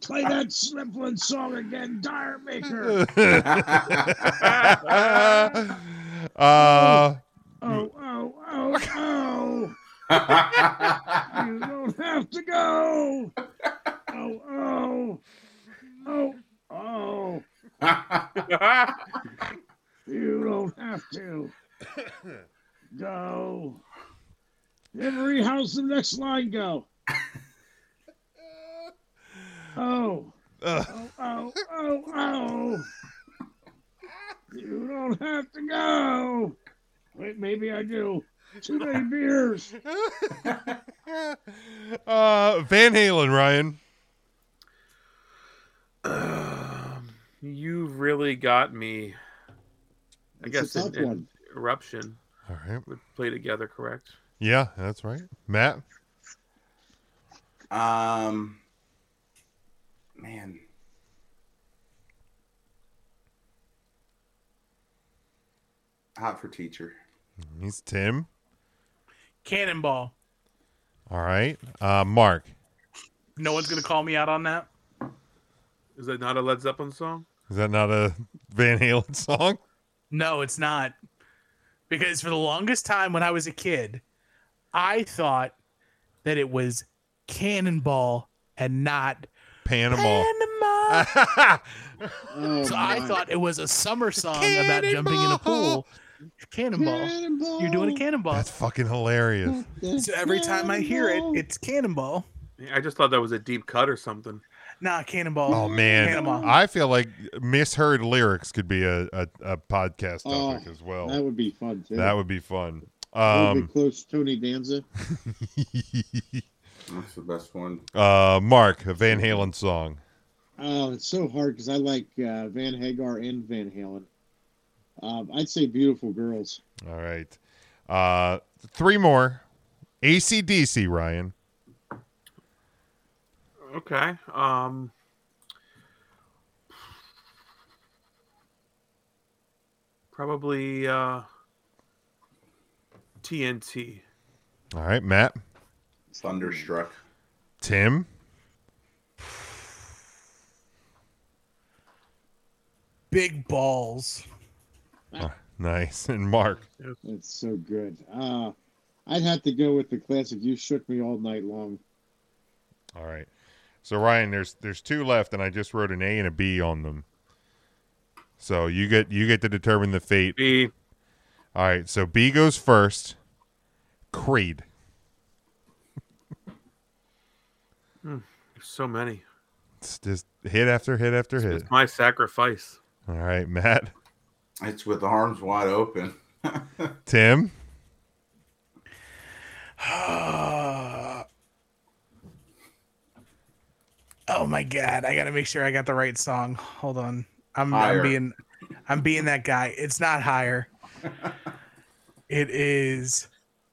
Speaker 5: Play that Slipland song again, Dire Maker.
Speaker 1: uh,
Speaker 5: Oh, oh, oh, oh. You don't have to go. Oh, oh, oh, oh. You don't have to go. Every house, the next line go. Oh,
Speaker 1: uh,
Speaker 5: oh, oh, oh, oh. You don't have to go. Wait, maybe I do. Too many beers.
Speaker 1: uh, Van Halen, Ryan.
Speaker 4: Um, you really got me. I guess
Speaker 5: It's a
Speaker 4: in,
Speaker 5: tough
Speaker 4: in
Speaker 5: one.
Speaker 4: eruption
Speaker 1: All right.
Speaker 4: would play together, correct?
Speaker 1: Yeah, that's right. Matt.
Speaker 2: um, man. Hot for teacher.
Speaker 1: He's Tim.
Speaker 3: Cannonball.
Speaker 1: All right. Uh, Mark.
Speaker 3: No one's gonna call me out on that.
Speaker 4: Is that not a Led Zeppelin song?
Speaker 1: Is that not a Van Halen song?
Speaker 3: No, it's not. Because for the longest time when I was a kid, I thought that it was Cannonball and not
Speaker 1: Panama.
Speaker 3: Panama.
Speaker 5: Oh,
Speaker 3: So I
Speaker 5: my.
Speaker 3: thought it was a summer song about jumping in
Speaker 1: Cannonball.
Speaker 3: a pool. Cannonball. You're doing a cannonball.
Speaker 1: That's fucking hilarious.
Speaker 3: So every time I hear it,
Speaker 5: Cannonball.
Speaker 3: it's cannonball.
Speaker 4: Yeah, I just thought that was a deep cut or something.
Speaker 3: Nah, cannonball.
Speaker 1: Oh man,
Speaker 3: Panama.
Speaker 1: I feel like misheard lyrics could be a, a, a podcast
Speaker 5: Oh,
Speaker 1: topic as well.
Speaker 5: That would be fun too.
Speaker 1: That would be fun.
Speaker 5: That would be
Speaker 1: Um,
Speaker 5: close. Tony Danza.
Speaker 2: That's the best one.
Speaker 1: uh, Mark, a Van Halen song.
Speaker 5: Oh, it's so hard because I like uh, Van Hagar and Van Halen. Um, I'd say "Beautiful Girls."
Speaker 1: All right. Uh, three more. ACDC, Ryan.
Speaker 4: Okay. Um, probably uh, TNT.
Speaker 1: All right, Matt.
Speaker 2: Thunderstruck.
Speaker 1: Tim.
Speaker 3: Big balls.
Speaker 1: Oh, nice. And Mark.
Speaker 5: That's so good. Uh, I'd have to go with the classic "You Shook Me All Night Long."
Speaker 1: All right. So Ryan, there's there's two left, and I just wrote an A and a B on them. So you get you get to determine the fate.
Speaker 4: B.
Speaker 1: All right. So B goes first. Creed.
Speaker 4: There's so many.
Speaker 1: It's just hit after hit after hit.
Speaker 4: It's my sacrifice.
Speaker 1: All right, Matt.
Speaker 2: It's with arms wide open.
Speaker 1: Tim.
Speaker 3: oh my god! I gotta make sure I got the right song. Hold on. I'm, I'm
Speaker 2: Higher.
Speaker 3: being, I'm being that guy. It's not higher. it is.
Speaker 4: Is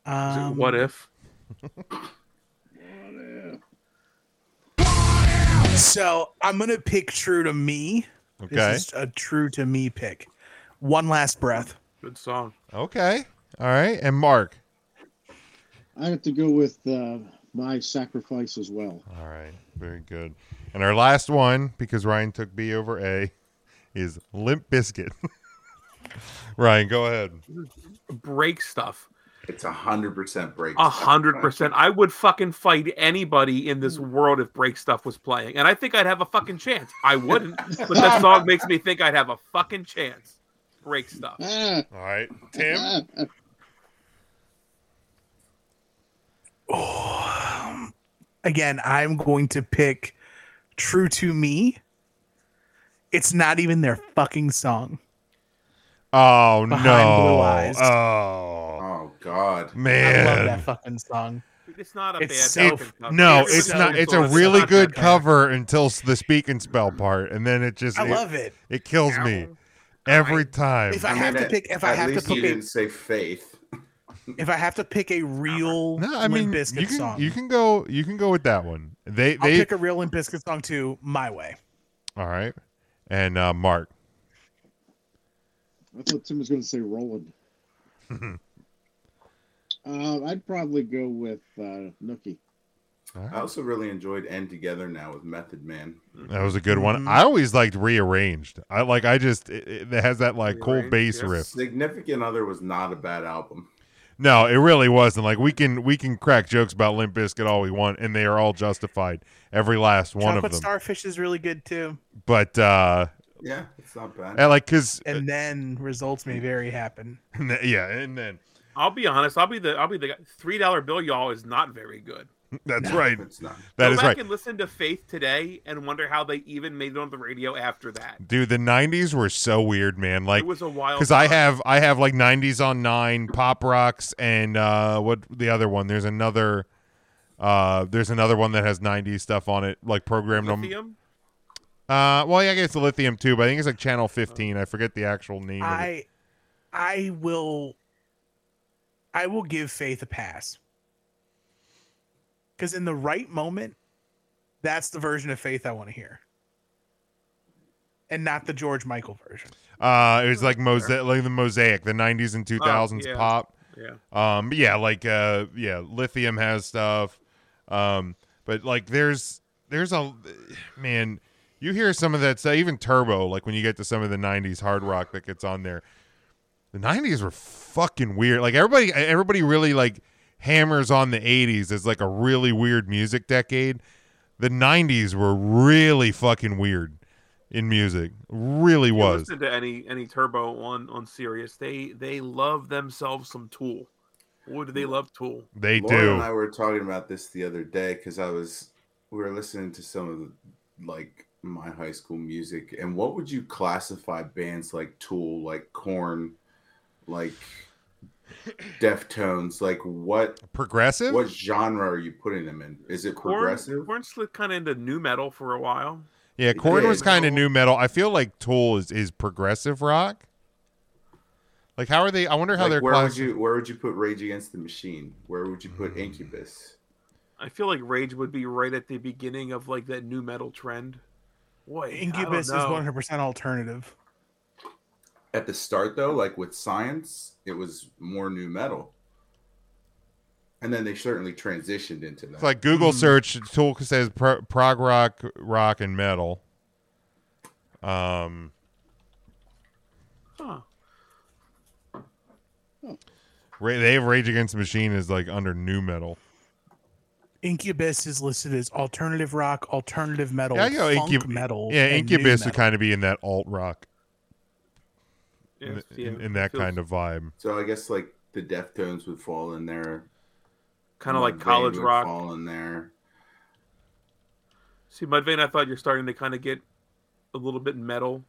Speaker 4: it
Speaker 3: Um,
Speaker 4: what if?
Speaker 3: So I'm gonna pick true to me. This
Speaker 1: Okay.
Speaker 3: is a true to me pick. One last breath.
Speaker 4: Good song.
Speaker 1: Okay. All right. And Mark.
Speaker 5: I have to go with uh, "My Sacrifice" as well.
Speaker 1: All right. Very good. And our last one, because Ryan took B over A. is Limp Biscuit. Ryan, go ahead.
Speaker 4: break stuff.
Speaker 2: It's a hundred percent break.
Speaker 4: A
Speaker 3: Ah.
Speaker 4: hundred percent. I would fucking fight anybody in this world if break stuff was playing, and I think I'd have a fucking chance. I wouldn't, but that song makes me think I'd have a fucking chance. Break stuff.
Speaker 5: Ah,
Speaker 1: All right, Tim.
Speaker 5: ah, ah.
Speaker 3: Again, I'm going to pick True to Me. It's not even their fucking song.
Speaker 1: Oh
Speaker 3: Behind Blue
Speaker 1: no.
Speaker 3: Eyes.
Speaker 1: Oh
Speaker 2: Oh God.
Speaker 3: I love that
Speaker 1: man.
Speaker 3: fucking song.
Speaker 4: It's not a
Speaker 3: It's
Speaker 4: bad.
Speaker 3: so-
Speaker 4: fucking cover.
Speaker 1: No,
Speaker 4: Everybody
Speaker 1: it's
Speaker 4: knows
Speaker 1: not. It's a
Speaker 4: on
Speaker 1: really
Speaker 4: soundtrack.
Speaker 1: good cover until s- the speak and spell part, and then it just
Speaker 3: I
Speaker 1: it,
Speaker 3: love it.
Speaker 1: it kills me every time.
Speaker 3: If I have to
Speaker 2: at-
Speaker 3: pick, if I
Speaker 2: at
Speaker 3: have to
Speaker 2: least
Speaker 3: pick
Speaker 2: you
Speaker 3: a-
Speaker 2: didn't say faith.
Speaker 3: If I have to pick a real
Speaker 1: No, I
Speaker 3: Limp
Speaker 1: mean
Speaker 3: Bizkit
Speaker 1: you can
Speaker 3: song,
Speaker 1: you can go you can go with that one. They
Speaker 3: I'll
Speaker 1: they
Speaker 3: pick a real Limp Bizkit song too. My way.
Speaker 1: all right. And uh, Mark,
Speaker 5: I thought Tim was going to say Roland. uh, I'd probably go with uh, Nookie.
Speaker 2: I also really enjoyed "End Together" now with Method Man.
Speaker 1: that was a good one.
Speaker 4: Mm-hmm.
Speaker 3: Mhm.
Speaker 1: I always liked rearranged. I like I just it, it has that like cool
Speaker 4: Rearranged,
Speaker 1: bass
Speaker 4: yes.
Speaker 1: riff.
Speaker 2: Significant Other was not a bad album.
Speaker 1: No, it really wasn't. Like we can we can crack jokes about Limp Bizkit all we want, and they are all justified, every last one
Speaker 3: Chocolate
Speaker 1: of them.
Speaker 3: Starfish is really good too.
Speaker 1: But uh,
Speaker 2: Yeah, it's not bad.
Speaker 1: I like because
Speaker 3: And then results may very happen.
Speaker 1: yeah, and then
Speaker 4: I'll be honest. I'll be the. I'll be the guy. three dollar bill. Y'all is not very good.
Speaker 1: that's right.
Speaker 2: It's not.
Speaker 1: That
Speaker 4: Go
Speaker 1: is
Speaker 4: back
Speaker 1: right,
Speaker 4: and listen to Faith today and wonder how they even made it on the radio after that.
Speaker 1: dude. The '90s were so weird, man. Like
Speaker 4: it was a wild.
Speaker 1: because I
Speaker 4: time.
Speaker 1: have I have like '90s on nine pop rocks and uh, what the other one? There's another uh, there's another one that has '90s stuff on it, like programmed on.
Speaker 4: lithium.
Speaker 1: Uh, well, yeah, I guess the lithium too, but I think it's like channel 15. I forget the actual name. of it.
Speaker 3: I, I will, I will give Faith a pass. Because in the right moment, that's the version of Faith I want to hear, and not the George Michael version.
Speaker 1: Uh, it was like mosaic, like the mosaic, the '90s and 2000s
Speaker 4: yeah.
Speaker 1: pop.
Speaker 4: Yeah.
Speaker 1: Um, but yeah, like uh, yeah, lithium has stuff. Um, but like there's there's a man, you hear some of that stuff, even Turbo. Like when you get to some of the '90s hard rock that gets on there, the '90s were fucking weird. Like everybody, everybody really like hammers on the '80s as like a really weird music decade. The '90s were really fucking weird in music. Really
Speaker 4: You
Speaker 1: was.
Speaker 4: listen to any any turbo on on Sirius. They they love themselves some Tool. What do they love Tool?
Speaker 1: They
Speaker 2: Laura
Speaker 1: do.
Speaker 2: and I were talking about this the other day because I was we were listening to some of the, like my high school music, and what would you classify bands like Tool, like Corn, like Deftones, like what
Speaker 1: Progressive?
Speaker 2: what genre are you putting them in? Is it
Speaker 4: Corn
Speaker 2: progressive?
Speaker 4: Corn slid kind of into new metal for a while.
Speaker 1: Yeah,
Speaker 2: It
Speaker 1: Korn was
Speaker 2: is.
Speaker 1: kind of new metal. I feel like Tool is, is progressive rock. Like, how are they? I wonder how
Speaker 2: Like,
Speaker 1: they're
Speaker 2: where
Speaker 1: class-
Speaker 2: would you where would you put Rage Against the Machine? Where would you put Incubus?
Speaker 4: I feel like Rage would be right at the beginning of like that new metal trend. Boy,
Speaker 3: Incubus is one hundred percent alternative.
Speaker 2: At the start though, like with Science, it was more new metal. And then they certainly transitioned into that.
Speaker 1: It's like Google
Speaker 2: Hmm.
Speaker 1: search Tool says pro- prog rock, rock and metal. Um,
Speaker 4: Huh.
Speaker 1: Ra- they have Rage Against the Machine is like under new metal.
Speaker 3: Incubus is listed as alternative rock, alternative metal,
Speaker 1: Yeah, I go
Speaker 3: funk
Speaker 1: Incub-
Speaker 3: metal.
Speaker 1: yeah,
Speaker 3: and new
Speaker 1: Incubus would
Speaker 3: metal.
Speaker 1: kind of be in that alt rock,
Speaker 4: Yeah,
Speaker 1: in,
Speaker 4: yeah,
Speaker 1: in- in that
Speaker 4: feels
Speaker 1: kind of vibe.
Speaker 2: So I guess like the Deftones would fall in there.
Speaker 4: kind of like
Speaker 2: Mudvayne
Speaker 4: college
Speaker 2: would
Speaker 4: rock.
Speaker 2: fall in there.
Speaker 4: See, Mudvayne, I thought you're starting to kind of get a little bit metal.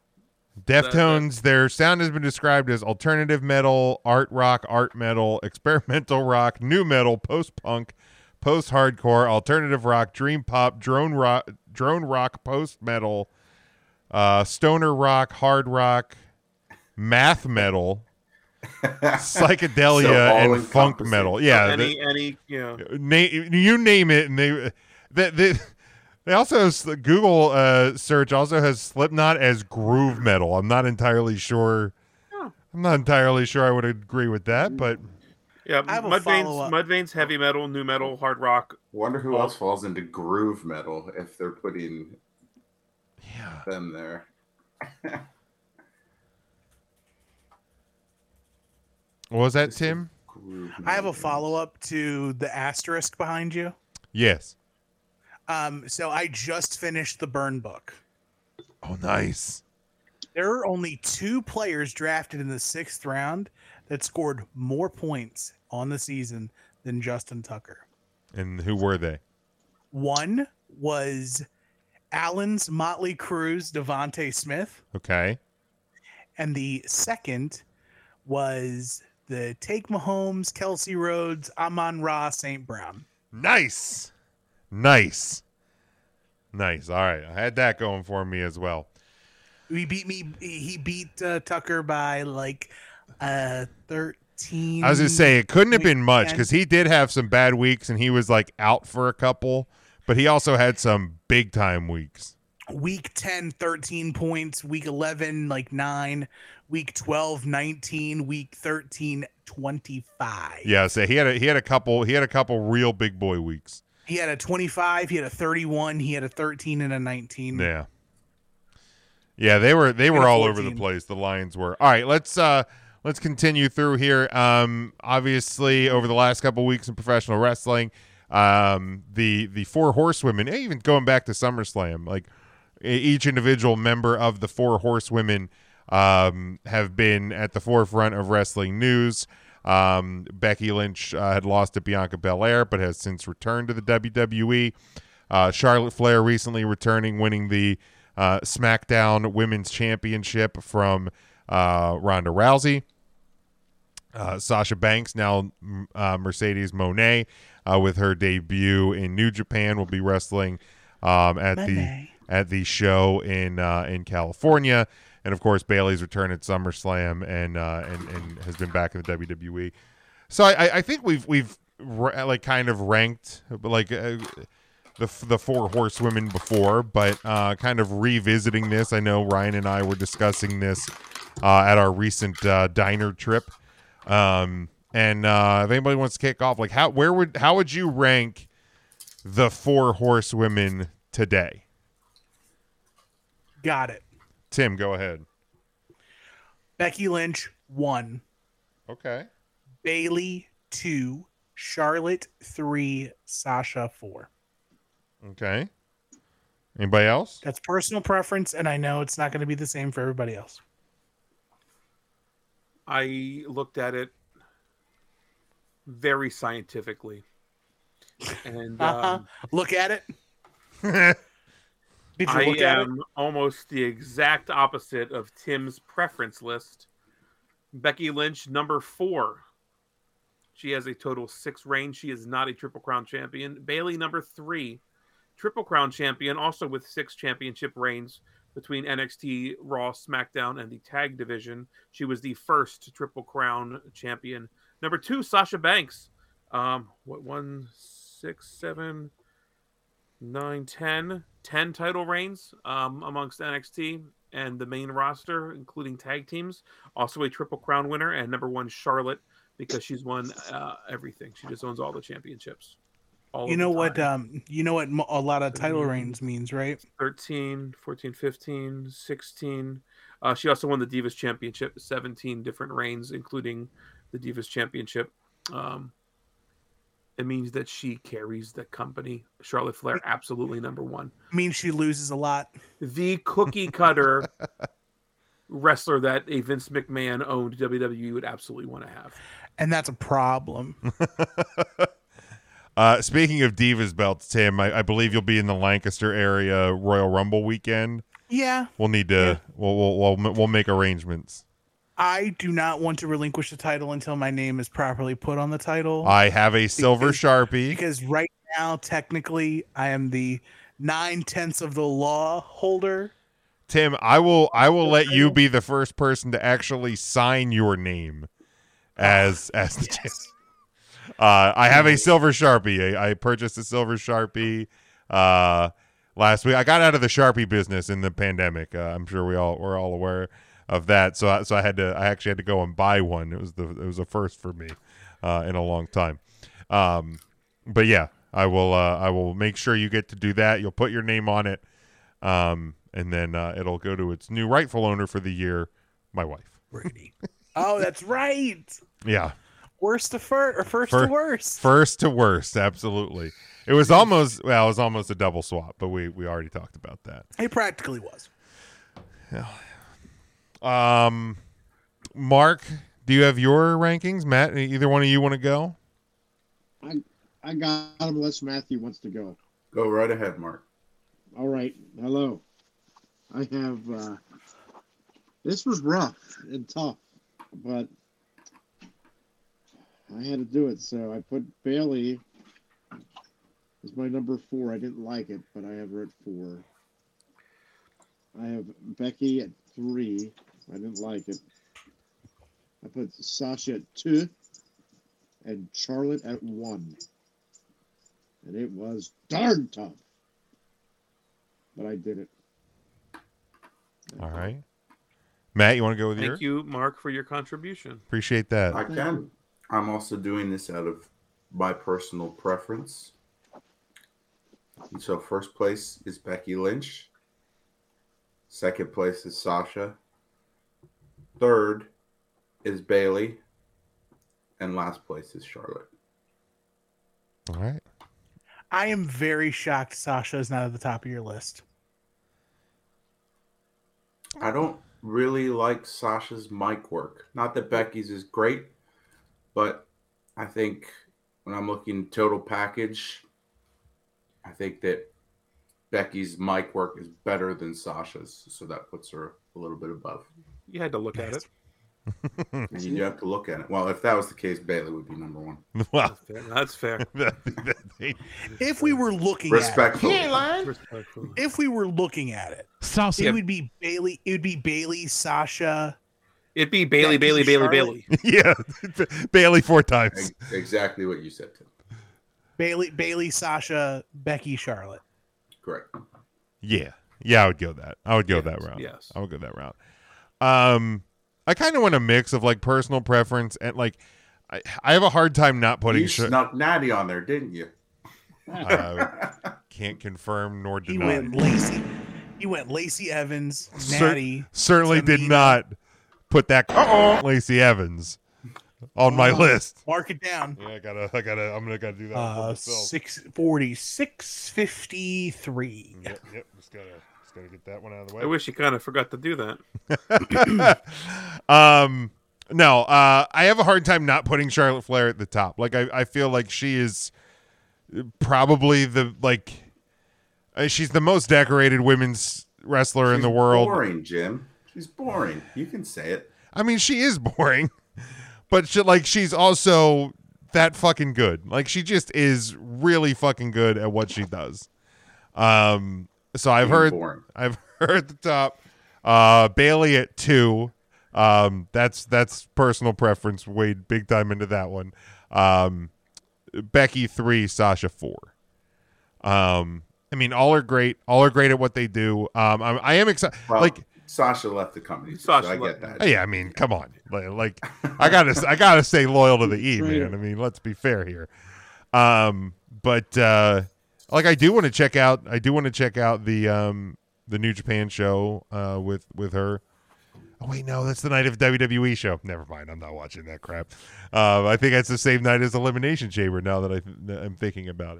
Speaker 4: that-
Speaker 1: Deftones, their sound has been described as alternative metal, art rock, art metal, experimental rock, new metal, post punk, post hardcore, alternative rock, dream pop, drone rock, drone rock, post metal, uh, stoner rock, hard rock, math metal, psychedelia, and funk
Speaker 2: all-encompassing.
Speaker 1: metal. Yeah, the-
Speaker 4: any any you know,
Speaker 1: Na- you name it, and they they, they, they also have, s- Google uh, search also has Slipknot as groove metal. I'm not entirely sure.
Speaker 4: Yeah.
Speaker 1: I'm not entirely sure I would agree with that, but
Speaker 4: yeah.
Speaker 3: I have a
Speaker 4: Mudvayne's
Speaker 3: follow-up.
Speaker 4: Mudvayne's heavy metal, new metal, hard rock.
Speaker 2: Wonder who else falls into groove metal if they're putting
Speaker 1: yeah,
Speaker 2: them there.
Speaker 1: What was that,
Speaker 2: This is
Speaker 1: Tim?
Speaker 2: Groove
Speaker 3: I have a
Speaker 2: Mountain.
Speaker 3: follow up to the asterisk behind you.
Speaker 1: Yes.
Speaker 3: Um, so I just finished the burn book.
Speaker 1: Oh, nice.
Speaker 3: There are only two players drafted in the sixth round that scored more points on the season than Justin Tucker.
Speaker 1: And who were they?
Speaker 3: One was Allen's Motley Cruz Devonte Smith,
Speaker 1: Okay.
Speaker 3: and the second was the Take Mahomes, Kelsey Rhodes, Amon Ra, St. Brown.
Speaker 1: Nice. Nice. Nice. All right. I had that going for me as well.
Speaker 3: He beat me. He beat uh, Tucker by like uh, thirteen.
Speaker 1: I was gonna say it couldn't have
Speaker 3: week
Speaker 1: been much
Speaker 3: ten.
Speaker 1: because he did have some bad weeks and he was like out for a couple, but he also had some big time weeks.
Speaker 3: week 10 13 points week 11 like 9 week 12 19 week 13 25
Speaker 1: Yeah, so he had a, he had a couple he had a couple real big boy weeks.
Speaker 3: he had a 25 he had a 31 he had a 13 and a 19
Speaker 1: Yeah, yeah, they were they
Speaker 3: Maybe
Speaker 1: were all over the
Speaker 3: 14.
Speaker 1: place. The Lions were all right. Let's uh let's continue through here. Um, obviously over the last couple weeks in professional wrestling, um, the the four horsewomen, eh, even going back to SummerSlam, like e- each individual member of the four horsewomen um, have been at the forefront of wrestling news. Um, Becky Lynch uh, had lost to Bianca Belair, but has since returned to the WWE. Uh, Charlotte Flair recently returning, winning the uh, SmackDown Women's Championship from uh, Ronda Rousey. Uh, Sasha Banks, now m- uh, Mercedes Monet, uh, with her debut in New Japan, will be wrestling um, at
Speaker 3: Monet.
Speaker 1: the at the show in uh, in California, and of course Bailey's return at SummerSlam, and uh, and, and has been back in the WWE. So I, I- I think we've we've ra- like kind of ranked like uh, the f- the four horsewomen before, but uh, kind of revisiting this. I know Ryan and I were discussing this uh, at our recent uh, diner trip. Um, and uh, if anybody wants to kick off, like how where would how would you rank the four horsewomen today?
Speaker 3: got it
Speaker 1: Tim, go ahead.
Speaker 3: becky lynch 1
Speaker 1: Okay.
Speaker 3: bailey 2 charlotte 3 sasha 4
Speaker 1: Okay. Anybody else?
Speaker 3: that's personal preference and i know it's not going to be the same for everybody else
Speaker 4: I looked at it very scientifically, and
Speaker 3: uh-huh.
Speaker 4: um,
Speaker 3: look at it did you
Speaker 4: I
Speaker 3: look at it
Speaker 4: am almost the exact opposite of Tim's preference list. Becky Lynch, number four. She has a total six reigns. She is not a Triple Crown champion. Bailey, number three, Triple Crown champion, also with six championship reigns between NXT, Raw, SmackDown, and the tag division. She was the first Triple Crown champion. Number two, Sasha Banks. Um, what one, six, seven, nine, ten, ten title reigns um, amongst NXT and the main roster, including tag teams. Also a triple crown winner and number one Charlotte because she's won uh, everything. She just owns all the championships. All
Speaker 3: you
Speaker 4: of
Speaker 3: know
Speaker 4: the
Speaker 3: what
Speaker 4: time.
Speaker 3: um you know what mo- a lot of title reigns means right
Speaker 4: 13, 14, 15, 16. Uh, she also won the Divas Championship, 17 different reigns, including the Divas Championship. Um, it means that she carries the company. Charlotte Flair, absolutely number one.
Speaker 3: means she loses a lot
Speaker 4: The cookie cutter wrestler that a Vince McMahon owned WWE would absolutely want to have.
Speaker 3: and that's a problem
Speaker 1: Uh, speaking of divas belts, Tim, I, I believe you'll be in the Lancaster area Royal Rumble weekend.
Speaker 3: yeah
Speaker 1: We'll need to we'll, we'll we'll we'll make arrangements.
Speaker 3: i do not want to relinquish the title until my name is properly put on the title
Speaker 1: I have a silver
Speaker 3: Because-
Speaker 1: sharpie.
Speaker 3: because right now technically i am the nine tenths of the law holder
Speaker 1: Tim, I will I will let you be the first person to actually sign your name as as the champ. Uh, I have a silver sharpie. I, I purchased a silver sharpie uh, last week. I got out of the sharpie business in the pandemic. Uh, I'm sure we all we're all aware of that. So I, so I had to I actually had to go and buy one. It was the it was a first for me uh, in a long time. Um, but yeah, I will uh, I will make sure you get to do that. You'll put your name on it, um, and then uh, it'll go to its new rightful owner for the year, my wife.
Speaker 3: brady Oh, that's right.
Speaker 1: Yeah.
Speaker 3: Worst to first, or first
Speaker 1: Fir-
Speaker 3: to worst.
Speaker 1: First to worst, absolutely. It was almost well, it was almost a double swap, but we we already talked about that.
Speaker 3: He practically was.
Speaker 1: Um, Mark, do you have your rankings? Matt, e-, either one of you want to go?
Speaker 5: I I got him unless Matthew wants to go.
Speaker 2: Go right ahead, Mark.
Speaker 5: All right. Hello. I have uh this was rough and tough, but I had to do it, so I put Bailey as my number four. I didn't like it, but I have her at four. I have Becky at three. I didn't like it. I put Sasha at two and Charlotte at one. And it was darn tough but I did it.
Speaker 1: All right. Matt, you want to go with your?
Speaker 4: Thank you, Mark, for your contribution.
Speaker 1: Appreciate that.
Speaker 2: I can. I'm also doing this out of my personal preference. And so, first place is Becky Lynch. Second place is Sasha. Third is Bailey. And last place is Charlotte.
Speaker 1: All right.
Speaker 3: I am very shocked Sasha is not at the top of your list.
Speaker 2: I don't really like Sasha's mic work. Not that Becky's is great, but I think when I'm looking total package, I think that Becky's mic work is better than Sasha's, so that puts her a little bit above.
Speaker 4: You had to look at it.
Speaker 1: Hmm.
Speaker 2: And you do have to look at it. Well, if that was the case, Bailey would be number one.
Speaker 1: Well,
Speaker 4: That's fair. That's fair.
Speaker 3: If we were looking at
Speaker 2: Respectful.
Speaker 4: Respectfully.
Speaker 3: it, if we were looking at it,
Speaker 6: Saucy.
Speaker 3: it would be Bailey. It would be Bailey, Sasha.
Speaker 4: It'd be Bailey, Bailey, Bailey,
Speaker 3: Charlotte.
Speaker 4: Bailey.
Speaker 1: yeah, Bailey four times.
Speaker 2: Exactly what you said, Tim.
Speaker 3: Bailey, Bailey, Sasha, Becky, Charlotte.
Speaker 2: Correct.
Speaker 1: Yeah, yeah, I would go that. I would go that
Speaker 4: Yes,
Speaker 1: route.
Speaker 4: yes.
Speaker 1: I would go that route. Um, I kind of want a mix of like personal preference and like, I, I have a hard time not putting.
Speaker 2: you
Speaker 1: Sha-
Speaker 2: snuck Natty on there, didn't you?
Speaker 1: I uh, can't confirm nor
Speaker 3: He
Speaker 1: deny.
Speaker 3: went Lacey. He went Lacey Evans,
Speaker 1: Cer-
Speaker 3: Natty.
Speaker 1: Certainly did
Speaker 3: Tamina.
Speaker 1: not put that Uh-oh. Lacey Evans on my
Speaker 3: Oh.
Speaker 1: list.
Speaker 3: Mark it down.
Speaker 1: Yeah, I gotta, I gotta, I'm gonna gotta do that for
Speaker 3: Uh,
Speaker 1: myself.
Speaker 3: 640, 653.
Speaker 1: Yep, yep, just gotta, just gotta get that one out of the way.
Speaker 4: I wish you kind of forgot to do that.
Speaker 1: um no uh i have a hard time not putting charlotte flair at the top like i, I feel like she is probably the like uh, she's the most decorated women's wrestler in
Speaker 2: She's
Speaker 1: the world
Speaker 2: Boring, Jim. She's boring. You can say it.
Speaker 1: i mean she is boring but she, like she's also that fucking good like she just is really fucking good at what she does um so i've
Speaker 2: You're
Speaker 1: heard
Speaker 2: boring.
Speaker 1: I've heard at the top. Uh, Bailey at two. Um, that's that's personal preference. Wade big time into that one. Um, Becky three, Sasha four. Um, I mean, all are great. All are great at what they do. Um, I'm, I am excited.
Speaker 2: Well,
Speaker 1: like,
Speaker 2: Sasha left the company.
Speaker 4: Sasha
Speaker 2: so I
Speaker 4: left.
Speaker 2: get that.
Speaker 1: yeah, I mean, come on. Like, like, I gotta, I gotta stay loyal to the E,
Speaker 5: Right.
Speaker 1: man. I mean, let's be fair here. Um, but uh, like, I do want to check out. I do want to check out the um the New Japan show uh with with her. Oh wait, no, that's the night of WWE show. Never mind, I'm not watching that crap. Um, I think that's the same night as Elimination Chamber. Now that I th- I'm thinking about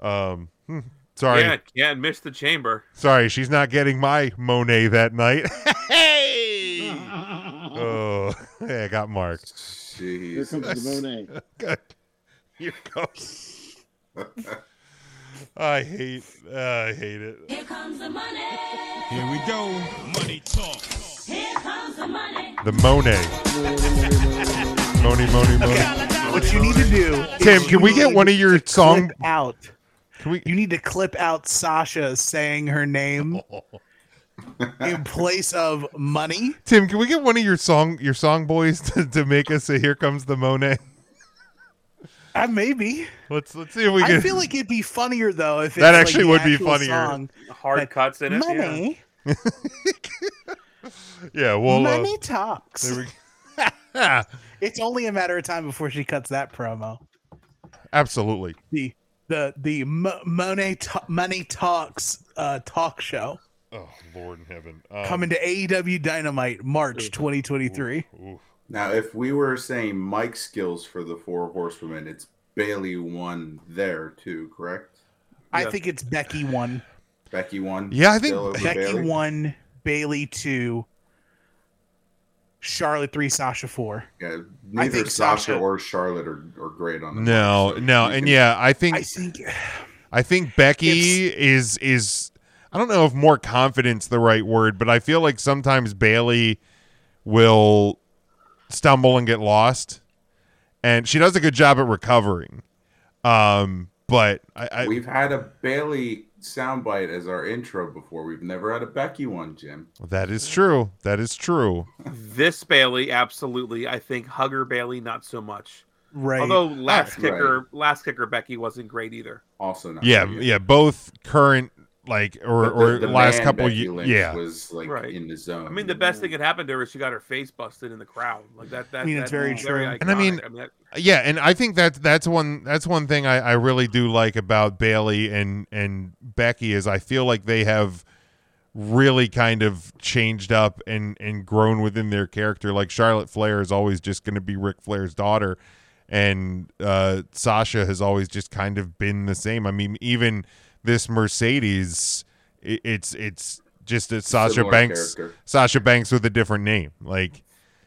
Speaker 1: it. Um, hmm, sorry,
Speaker 4: Yeah, yeah, miss the chamber.
Speaker 1: sorry, she's not getting my Monet that night. hey.
Speaker 5: Here
Speaker 1: Oh, hey, I got Mark.
Speaker 5: comes
Speaker 2: Jeez.
Speaker 5: the Monet.
Speaker 1: Good. Here goes. I hate. Uh, I hate it.
Speaker 7: Here comes the money.
Speaker 6: Here we go. Money talk.
Speaker 7: Here comes the money.
Speaker 1: The Monet. Moni, Moni, Moni.
Speaker 3: What you need to do, is
Speaker 1: Tim, can we
Speaker 3: you
Speaker 1: get
Speaker 3: need
Speaker 1: one of
Speaker 3: to
Speaker 1: your
Speaker 3: clip
Speaker 1: song?
Speaker 3: out?
Speaker 1: Can we?
Speaker 3: You need to clip out Sasha saying her name in place of money.
Speaker 1: Tim, can we get one of your song your song boys to, to make us a "Here Comes the Monet"?
Speaker 3: Uh, maybe.
Speaker 1: Let's let's see if we can.
Speaker 3: I feel like it'd be funnier though if it's
Speaker 1: That
Speaker 3: like,
Speaker 1: actually
Speaker 3: the
Speaker 1: would be
Speaker 3: actual
Speaker 1: funnier.
Speaker 3: Song.
Speaker 4: Hard
Speaker 3: Like,
Speaker 4: cuts in it. uh, yeah.
Speaker 3: Money,
Speaker 1: yeah, well, uh,
Speaker 3: money talks.
Speaker 1: there we go.
Speaker 3: It's only a matter of time before she cuts that promo.
Speaker 1: Absolutely.
Speaker 3: The the the Mo- Monet Ta- money talks uh, talk show
Speaker 1: Oh Lord in heaven. Um,
Speaker 3: E coming to AEW Dynamite March 2023.
Speaker 1: oof,
Speaker 2: Now, if we were saying Mike's skills for the four horsewomen, it's Bailey one there too, correct?
Speaker 3: I
Speaker 4: Yeah.
Speaker 3: think it's Becky one,
Speaker 2: Becky one.
Speaker 1: Yeah, I think
Speaker 2: still over
Speaker 3: Becky
Speaker 2: Bayley?
Speaker 3: one, Bailey two, Charlotte three, Sasha four.
Speaker 2: Yeah, neither
Speaker 3: think
Speaker 2: Sasha,
Speaker 3: Sasha-
Speaker 2: or Charlotte are, are great on the
Speaker 1: No,
Speaker 2: mic, so
Speaker 1: no,
Speaker 2: you
Speaker 1: and
Speaker 2: can-
Speaker 1: yeah, I think
Speaker 3: I think
Speaker 1: I think Becky is is I don't know if more confidence the right word, but I feel like sometimes Bailey will stumble and get lost, and she does a good job at recovering. Um, but I, I
Speaker 2: we've had a Bailey soundbite as our intro before. We've never had a Becky one, Jim.
Speaker 1: that is true. That is true.
Speaker 4: This Bailey, absolutely. I think Hugger Bailey, not so much.
Speaker 3: right.
Speaker 4: Although last
Speaker 2: Right.
Speaker 4: kicker, last kicker Becky wasn't great either.
Speaker 2: Also, not
Speaker 1: Yeah,
Speaker 2: good.
Speaker 1: yeah. Both current like or
Speaker 2: But the-
Speaker 1: or
Speaker 2: the
Speaker 1: last
Speaker 2: man
Speaker 1: couple
Speaker 2: Becky
Speaker 1: years.
Speaker 2: Lynch
Speaker 1: Yeah,
Speaker 2: was like
Speaker 4: Right.
Speaker 2: in the zone.
Speaker 4: I mean, the best thing that happened to her is she got her face busted in the crowd. Like that. that
Speaker 3: I mean, it's
Speaker 4: that-
Speaker 3: very
Speaker 4: that's
Speaker 3: true.
Speaker 1: And I
Speaker 4: iconic.
Speaker 1: mean-
Speaker 4: that-
Speaker 1: yeah, and I think that that's one that's one thing I, I really do like about Bailey and and Becky is I feel like they have really kind of changed up and and grown within their character. Like Charlotte Flair is always just going to be Ric Flair's daughter, and uh, Sasha has always just kind of been the same. I mean, even this Mercedes, i it's it's just a Sasha
Speaker 2: Similar
Speaker 1: Banks.
Speaker 2: character.
Speaker 1: Sasha Banks with a different name. Like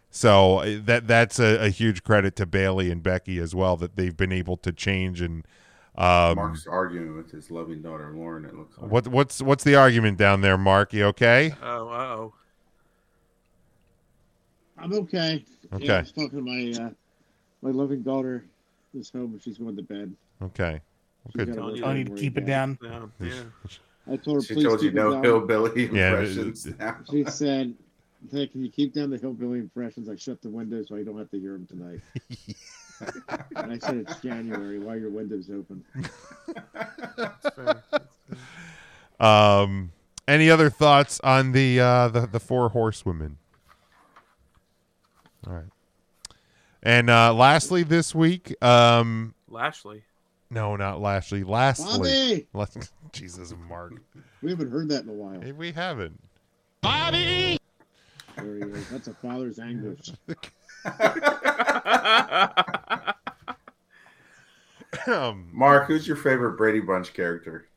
Speaker 1: so uh, that that's a, a huge credit to Bailey and Becky as well that they've been able to change and um
Speaker 2: Mark's arguing with his loving daughter Lauren. It looks like
Speaker 1: what what's what's the argument down there, Mark? You okay?
Speaker 4: Oh, oh.
Speaker 5: I'm okay.
Speaker 1: Okay.
Speaker 5: Yeah, I was talking to my uh, my loving daughter this home and she's going to bed.
Speaker 1: Okay. Well,
Speaker 5: She's
Speaker 1: good.
Speaker 5: got a
Speaker 4: Don't
Speaker 5: little
Speaker 4: you-
Speaker 3: I need
Speaker 5: thing
Speaker 3: to
Speaker 5: worried
Speaker 3: keep it
Speaker 5: about.
Speaker 3: down.
Speaker 4: No, yeah.
Speaker 5: I told her
Speaker 2: she
Speaker 5: please
Speaker 2: told you
Speaker 5: keep it
Speaker 2: no
Speaker 5: down.
Speaker 2: hillbilly
Speaker 1: Yeah,
Speaker 2: impressions.
Speaker 1: it-
Speaker 2: now.
Speaker 5: She said, "Hey, can you keep down the hillbilly impressions? I shut the window so I don't have to hear them tonight." and I said, "It's January. Why are your windows open?"
Speaker 1: Um any other thoughts on the uh the, the four horsewomen? All right. And uh lastly this week, um
Speaker 4: Lashley.
Speaker 1: no, not Lashley. Lastly.
Speaker 5: Bobby,
Speaker 1: Last- Jesus, Mark.
Speaker 5: we haven't heard that in a while.
Speaker 1: Hey, we haven't.
Speaker 5: There he is. That's a father's anguish.
Speaker 1: Um,
Speaker 2: Mark, who's your favorite Brady Bunch character?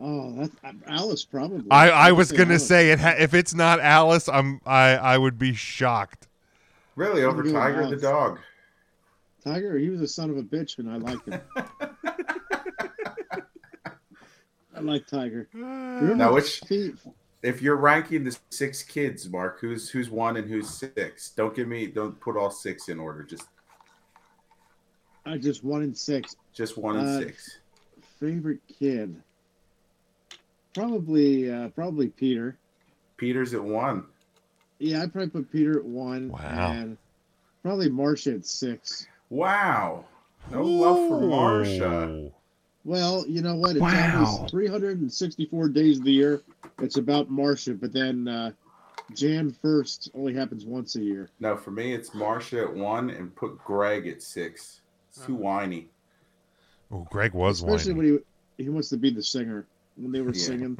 Speaker 5: Oh, that's uh, Alice probably.
Speaker 1: I, I was
Speaker 5: Say
Speaker 1: gonna
Speaker 5: Alice.
Speaker 1: say it. Ha- if it's not Alice, I'm I I would be shocked.
Speaker 2: Really, over
Speaker 5: doing
Speaker 2: Tiger the
Speaker 5: Alice.
Speaker 2: dog.
Speaker 5: Tiger. He was a son of a bitch, and I liked him. I like Tiger. Remember
Speaker 2: Now, which
Speaker 5: Steve?
Speaker 2: if you're ranking the six kids, Mark, who's who's one and who's six? Don't give me, don't put all six in order. Just
Speaker 5: I just one in six.
Speaker 2: just one and
Speaker 5: Uh,
Speaker 2: six.
Speaker 5: Favorite kid? Probably, uh, probably Peter.
Speaker 2: Peter's at one.
Speaker 5: Yeah, I probably put Peter at one.
Speaker 1: Wow.
Speaker 5: And probably Marcia at six.
Speaker 2: Wow, no love Oh, for Marsha.
Speaker 1: Ooh.
Speaker 5: Well, you know what? It's
Speaker 3: Wow.
Speaker 5: almost 364 days of the year. It's about Marcia, but then uh, Jan first only happens once a year.
Speaker 2: No, for me, it's Marsha at one and put Greg at six. It's too whiny.
Speaker 1: Oh, Greg was
Speaker 5: Especially
Speaker 1: one.
Speaker 5: when he he wants to be the singer when they were
Speaker 2: Yeah.
Speaker 5: singing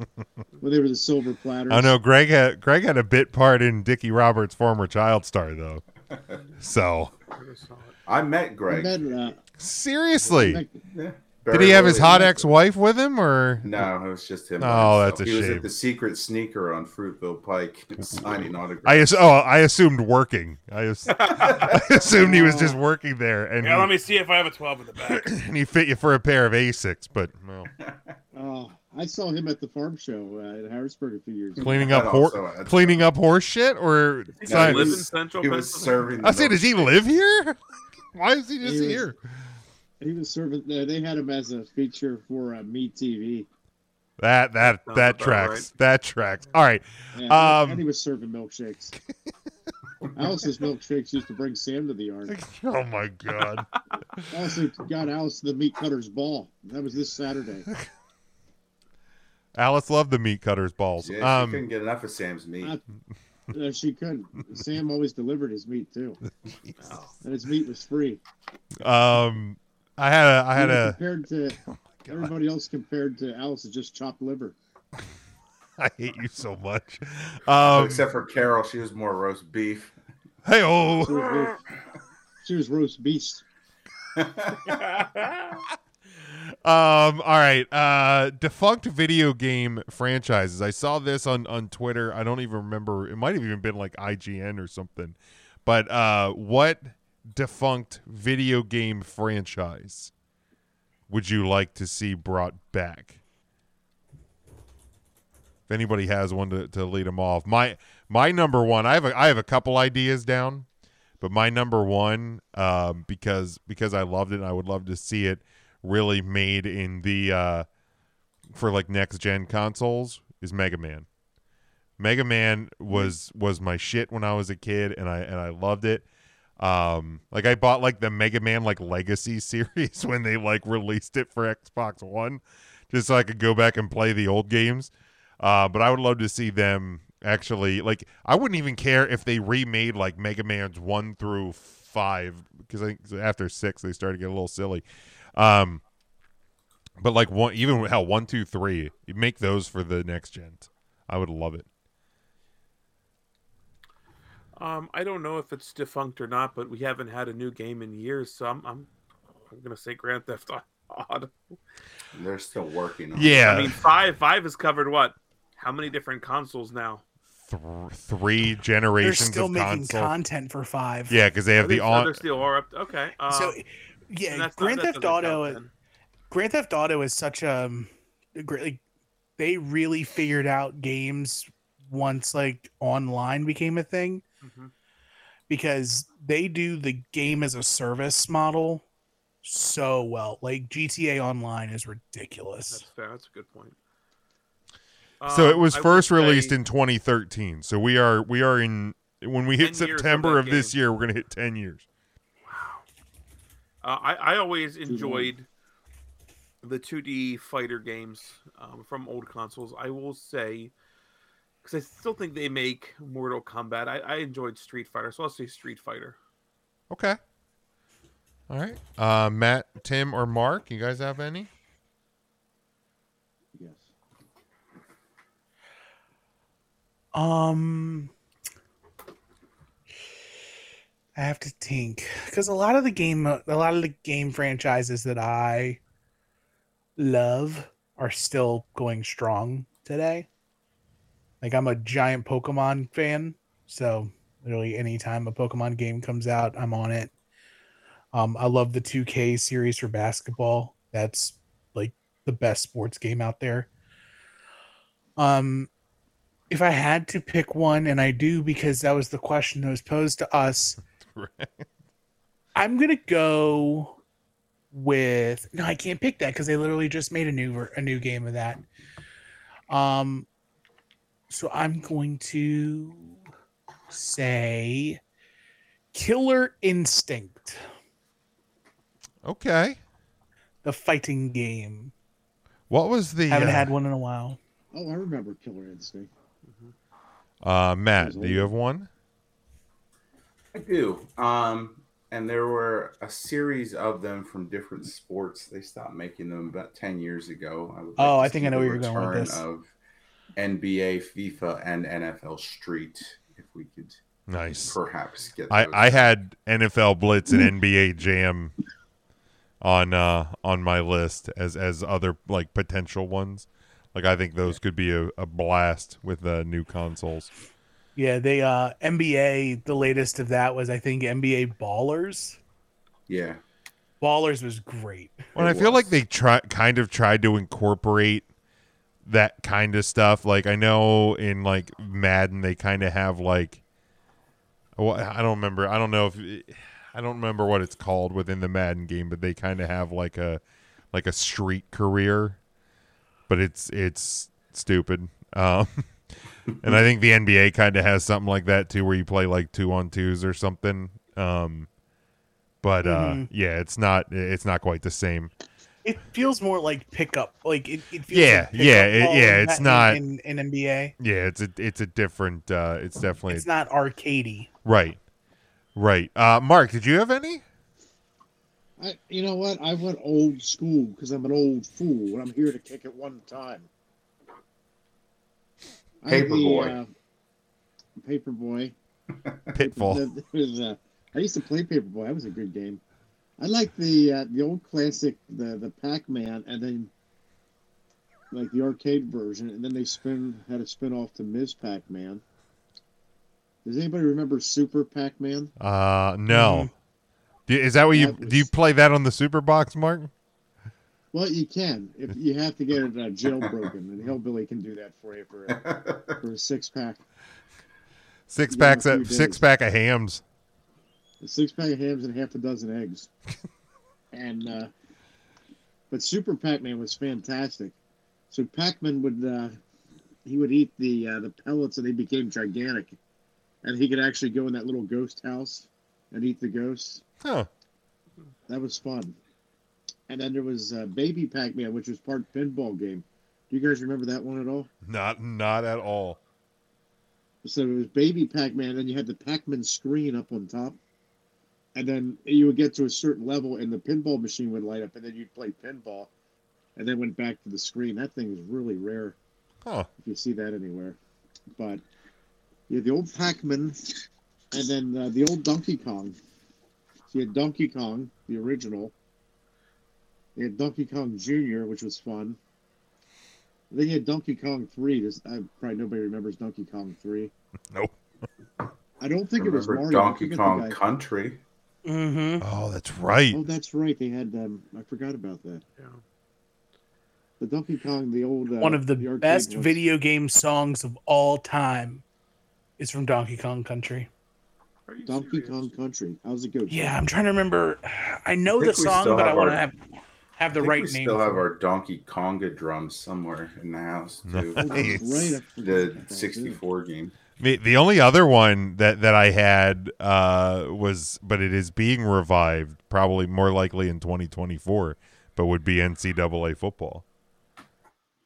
Speaker 5: when they were the Silver Platters.
Speaker 1: I know Greg had Greg had a bit part in Dickie Roberts' former child star though. So
Speaker 2: I met
Speaker 5: I
Speaker 2: Greg.
Speaker 5: met, uh, I
Speaker 1: seriously,
Speaker 5: met-
Speaker 2: Yeah.
Speaker 1: did he have his
Speaker 2: Barely.
Speaker 1: hot ex-wife with him or?
Speaker 2: No, it was just him.
Speaker 1: Oh,
Speaker 2: by himself.
Speaker 1: that's a
Speaker 2: He was
Speaker 1: shame.
Speaker 2: at the secret sneaker on Fruitville Pike signing autographs.
Speaker 1: I ass- oh I assumed working. I, as- I assumed he was just working there and he,
Speaker 4: me see if I have a twelve in the back.
Speaker 1: and he fit you for a pair of Asics, but well,
Speaker 5: oh, I saw him at the farm show uh, in Harrisburg a few years ago.
Speaker 1: cleaning up
Speaker 2: That
Speaker 1: hor-
Speaker 2: also adds
Speaker 1: cleaning up horse shit or
Speaker 2: No, he
Speaker 4: live in
Speaker 2: was-
Speaker 4: Central
Speaker 2: he was
Speaker 4: Pennsylvania?
Speaker 2: serving. the
Speaker 1: I said, does he live here? Why is he just
Speaker 5: He was-
Speaker 1: here?
Speaker 5: He was serving. Uh, they had him as a feature for uh, Me TV.
Speaker 1: That that
Speaker 4: Sounds
Speaker 1: that
Speaker 4: about
Speaker 1: tracks.
Speaker 4: right.
Speaker 1: That tracks. All right.
Speaker 5: And, uh,
Speaker 1: Um,
Speaker 5: and he was serving milkshakes. Alice's milkshakes used to bring Sam to the yard.
Speaker 1: Oh my god.
Speaker 5: Also got Alice the meat cutter's ball. That was this Saturday.
Speaker 1: Alice loved the meat cutter's balls.
Speaker 2: Yeah, she couldn't
Speaker 1: um,
Speaker 2: get enough of Sam's meat.
Speaker 5: I- Uh, she couldn't. Sam always delivered his meat too, and his meat was free.
Speaker 1: um, I had a I had a
Speaker 5: Even
Speaker 1: Oh
Speaker 5: compared to everybody else compared to Alice is just chopped liver.
Speaker 1: I hate you so much. Um,
Speaker 2: Except for Carol, she was more roast beef.
Speaker 1: Hey, oh.
Speaker 5: She was roast, she was roast beast.
Speaker 1: Um, all right. Uh, defunct video game franchises. I saw this on on Twitter. I don't even remember. It might have even been like IGN or something. But uh, what defunct video game franchise would you like to see brought back? If anybody has one to, to lead them off, my my number one. I have a, I have a couple ideas down, but my number one, um, because because I loved it and I would love to see it really made in the uh for like next gen consoles is Mega Man. Mega Man was was my shit when I was a kid and I and I loved it. Um like I bought like the Mega Man like legacy series when they like released it for Xbox 1 just so I could go back and play the old games. Uh but I would love to see them actually like I wouldn't even care if they remade like Mega Man's 1 through 5 because I think after 6 they started getting a little silly. Um, but like one, even hell, one, two, three, you make those for the next gen. I would love it.
Speaker 4: Um, I don't know if it's defunct or not, but we haven't had a new game in years, so I'm I'm, I'm gonna say Grand Theft Auto.
Speaker 2: They're still working on
Speaker 1: Yeah,
Speaker 4: I mean, five five has covered what? How many different consoles now?
Speaker 1: th- three
Speaker 3: They're
Speaker 1: generations
Speaker 3: still
Speaker 1: of
Speaker 3: making
Speaker 1: console.
Speaker 3: content for five.
Speaker 1: yeah, because they
Speaker 4: Are
Speaker 1: have
Speaker 4: they-
Speaker 1: the
Speaker 4: oh,
Speaker 1: on.
Speaker 4: they're still are up. Okay. Uh,
Speaker 3: So,
Speaker 4: then
Speaker 3: yeah,
Speaker 4: that's not-
Speaker 3: Grand
Speaker 4: that
Speaker 3: Theft
Speaker 4: doesn't count
Speaker 3: Auto.
Speaker 4: then.
Speaker 3: Grand Theft Auto is such um, a great. Like, they really figured out games once like online became a thing
Speaker 4: Mhm.
Speaker 3: because they do the game as a service model so well. Like GTA Online is
Speaker 4: That's
Speaker 3: ridiculous.
Speaker 4: fair. That's a good point.
Speaker 1: So
Speaker 4: Um,
Speaker 1: it was
Speaker 4: I would
Speaker 1: first released
Speaker 4: say-
Speaker 1: in 2013. So we are we are in when we hit
Speaker 4: 10 years of
Speaker 1: September
Speaker 4: that
Speaker 1: of this
Speaker 4: game.
Speaker 1: year, we're gonna hit 10 years.
Speaker 4: Uh, I I always
Speaker 5: long.
Speaker 4: enjoyed the 2D fighter games um, from old consoles. I will say because I still think they make Mortal Kombat. I, I enjoyed Street Fighter, so I'll say Street Fighter.
Speaker 1: Okay. All right. Uh, Matt, Tim, or Mark, you guys have any?
Speaker 5: Yes.
Speaker 3: Um, I have to think because a lot of the game, a lot of the game franchises that I love are still going strong today. Like I'm a giant Pokemon fan, so literally anytime a Pokemon game comes out, I'm on it. Um, I love the 2K series for basketball. That's like the best sports game out there. Um, if I had to pick one, and I do because that was the question that was posed to us, I'm gonna go with no. I can't pick that because they literally just made a new ver- a new game of that. Um, so I'm going to say Killer Instinct,
Speaker 1: Okay.
Speaker 3: the fighting game.
Speaker 1: What was the
Speaker 3: Haven't
Speaker 1: uh,
Speaker 3: had one in a while.
Speaker 5: Oh, I remember Killer Instinct.
Speaker 1: uh, Matt? Do you have one?
Speaker 2: I do. Um, and there were a series of them from different sports. They stopped making them about ten years ago. I would like
Speaker 3: Oh,
Speaker 2: to
Speaker 3: I think
Speaker 2: see
Speaker 3: I know
Speaker 2: the
Speaker 3: where you're going with
Speaker 2: return
Speaker 3: this.
Speaker 2: Of NBA, FIFA, and NFL Street, if we could
Speaker 1: Nice.
Speaker 2: perhaps get.
Speaker 1: I,
Speaker 2: those.
Speaker 1: I had NFL Blitz and NBA Jam on uh on my list as as other like potential ones. Like I think those could be a, a blast with uh, new consoles.
Speaker 3: Yeah, they uh NBA. The latest of that was I think NBA Ballers.
Speaker 2: yeah.
Speaker 3: Ballers was great.
Speaker 1: Well, I
Speaker 2: It
Speaker 1: feel like
Speaker 2: was.
Speaker 1: they try kind of tried to incorporate that kind of stuff. Like I know in like Madden they kind of have like well, I don't remember. I don't know if I don't remember what it's called within the Madden game, but they kind of have like a like a street career. But it's it's stupid. Um and I think the NBA kind of has something like that too where you play like 2 on 2s or something. Um but uh
Speaker 2: Mm-hmm.
Speaker 3: Mhm.
Speaker 1: yeah, it's not it's not quite the same.
Speaker 3: It feels more like pickup. Like it, it feels
Speaker 1: Yeah,
Speaker 3: like pickup
Speaker 1: yeah, it-
Speaker 3: ball
Speaker 1: yeah,
Speaker 3: in
Speaker 1: it's
Speaker 3: that-
Speaker 1: not-
Speaker 3: in, in, in NBA.
Speaker 1: Yeah, it's a it's a different. Uh, it's definitely
Speaker 3: It's not arcadey.
Speaker 1: right, right. Uh, Mark, did you have any?
Speaker 5: I, you know what? I went old school because I'm an old fool, and I'm here to kick it one time. I had the,
Speaker 2: Paperboy.
Speaker 5: Uh, Paperboy.
Speaker 1: Pitfall.
Speaker 5: The- there was, uh, I used to play Paperboy. That was a good game. I like the uh, the old classic, the the Pac Man, and then like the arcade version, and then they spin had a spin off to Ms. Pac Man. Does anybody remember Super Pac Man?
Speaker 1: Uh, no. Do, is that what you
Speaker 5: That
Speaker 1: do? You
Speaker 5: was-
Speaker 1: play that on the Super Box, Mark?
Speaker 5: Well, you can if you have to get it uh, jailbroken, and Hillbilly can do that for you for a, for a six pack,
Speaker 1: Six
Speaker 5: Yeah, in a
Speaker 1: packs, of,
Speaker 5: few
Speaker 1: six
Speaker 5: days.
Speaker 1: pack of hams.
Speaker 5: a six pack of hams and half a dozen eggs. and uh, but Super Pac Man was fantastic. So Pac Man would uh, he would eat the uh, the pellets, and they became gigantic, and he could actually go in that little ghost house and eat the ghosts.
Speaker 1: Huh.
Speaker 5: That was fun. And then there was uh, Baby Pac Man, which was part pinball game. Do you guys remember that one at all?
Speaker 1: Not, not at all.
Speaker 5: So it was Baby Pac Man, then you had the Pac Man screen up on top. And then you would get to a certain level, and the pinball machine would light up, and then you'd play pinball. And then went back to the screen. That thing is really rare
Speaker 1: Huh.
Speaker 5: if you see that anywhere. But you had the old Pac Man, and then uh, the old Donkey Kong. So you had Donkey Kong, the original. You had Donkey Kong Jr., which was fun. Then you had Donkey Kong 3. This, I, probably nobody remembers Donkey Kong 3.
Speaker 1: Nope.
Speaker 5: I don't think it was
Speaker 2: Remember
Speaker 5: Mario. I
Speaker 2: Donkey
Speaker 5: forget the
Speaker 2: Kong
Speaker 5: guy.
Speaker 2: Country?
Speaker 3: Mm-hmm.
Speaker 1: Oh, that's right.
Speaker 5: Oh, that's right. They had. Um, I forgot about that.
Speaker 4: Yeah.
Speaker 5: The Donkey Kong, the old. Uh,
Speaker 3: One of the,
Speaker 5: arcade
Speaker 3: best
Speaker 5: ones.
Speaker 3: video game songs of all time is from Donkey Kong Country.
Speaker 4: Are you
Speaker 5: Donkey
Speaker 4: serious?
Speaker 5: Kong Country. How's it go?
Speaker 3: Yeah, I'm trying to remember. I know
Speaker 2: I
Speaker 3: the
Speaker 2: think we
Speaker 3: song,
Speaker 2: still
Speaker 3: but I
Speaker 2: have
Speaker 3: want to
Speaker 2: our-
Speaker 3: have have the
Speaker 2: I think
Speaker 3: right
Speaker 2: we
Speaker 3: name.
Speaker 2: still
Speaker 3: for
Speaker 2: have
Speaker 3: it.
Speaker 2: our Donkey Konga drum somewhere in the house too.
Speaker 5: Oh, that's
Speaker 1: Nice.
Speaker 5: right. I forgot
Speaker 2: the
Speaker 5: about that.
Speaker 2: 64 game.
Speaker 1: The, the only other one that that I had uh, was, but it is being revived, probably more likely in 2024, but would be NCAA football.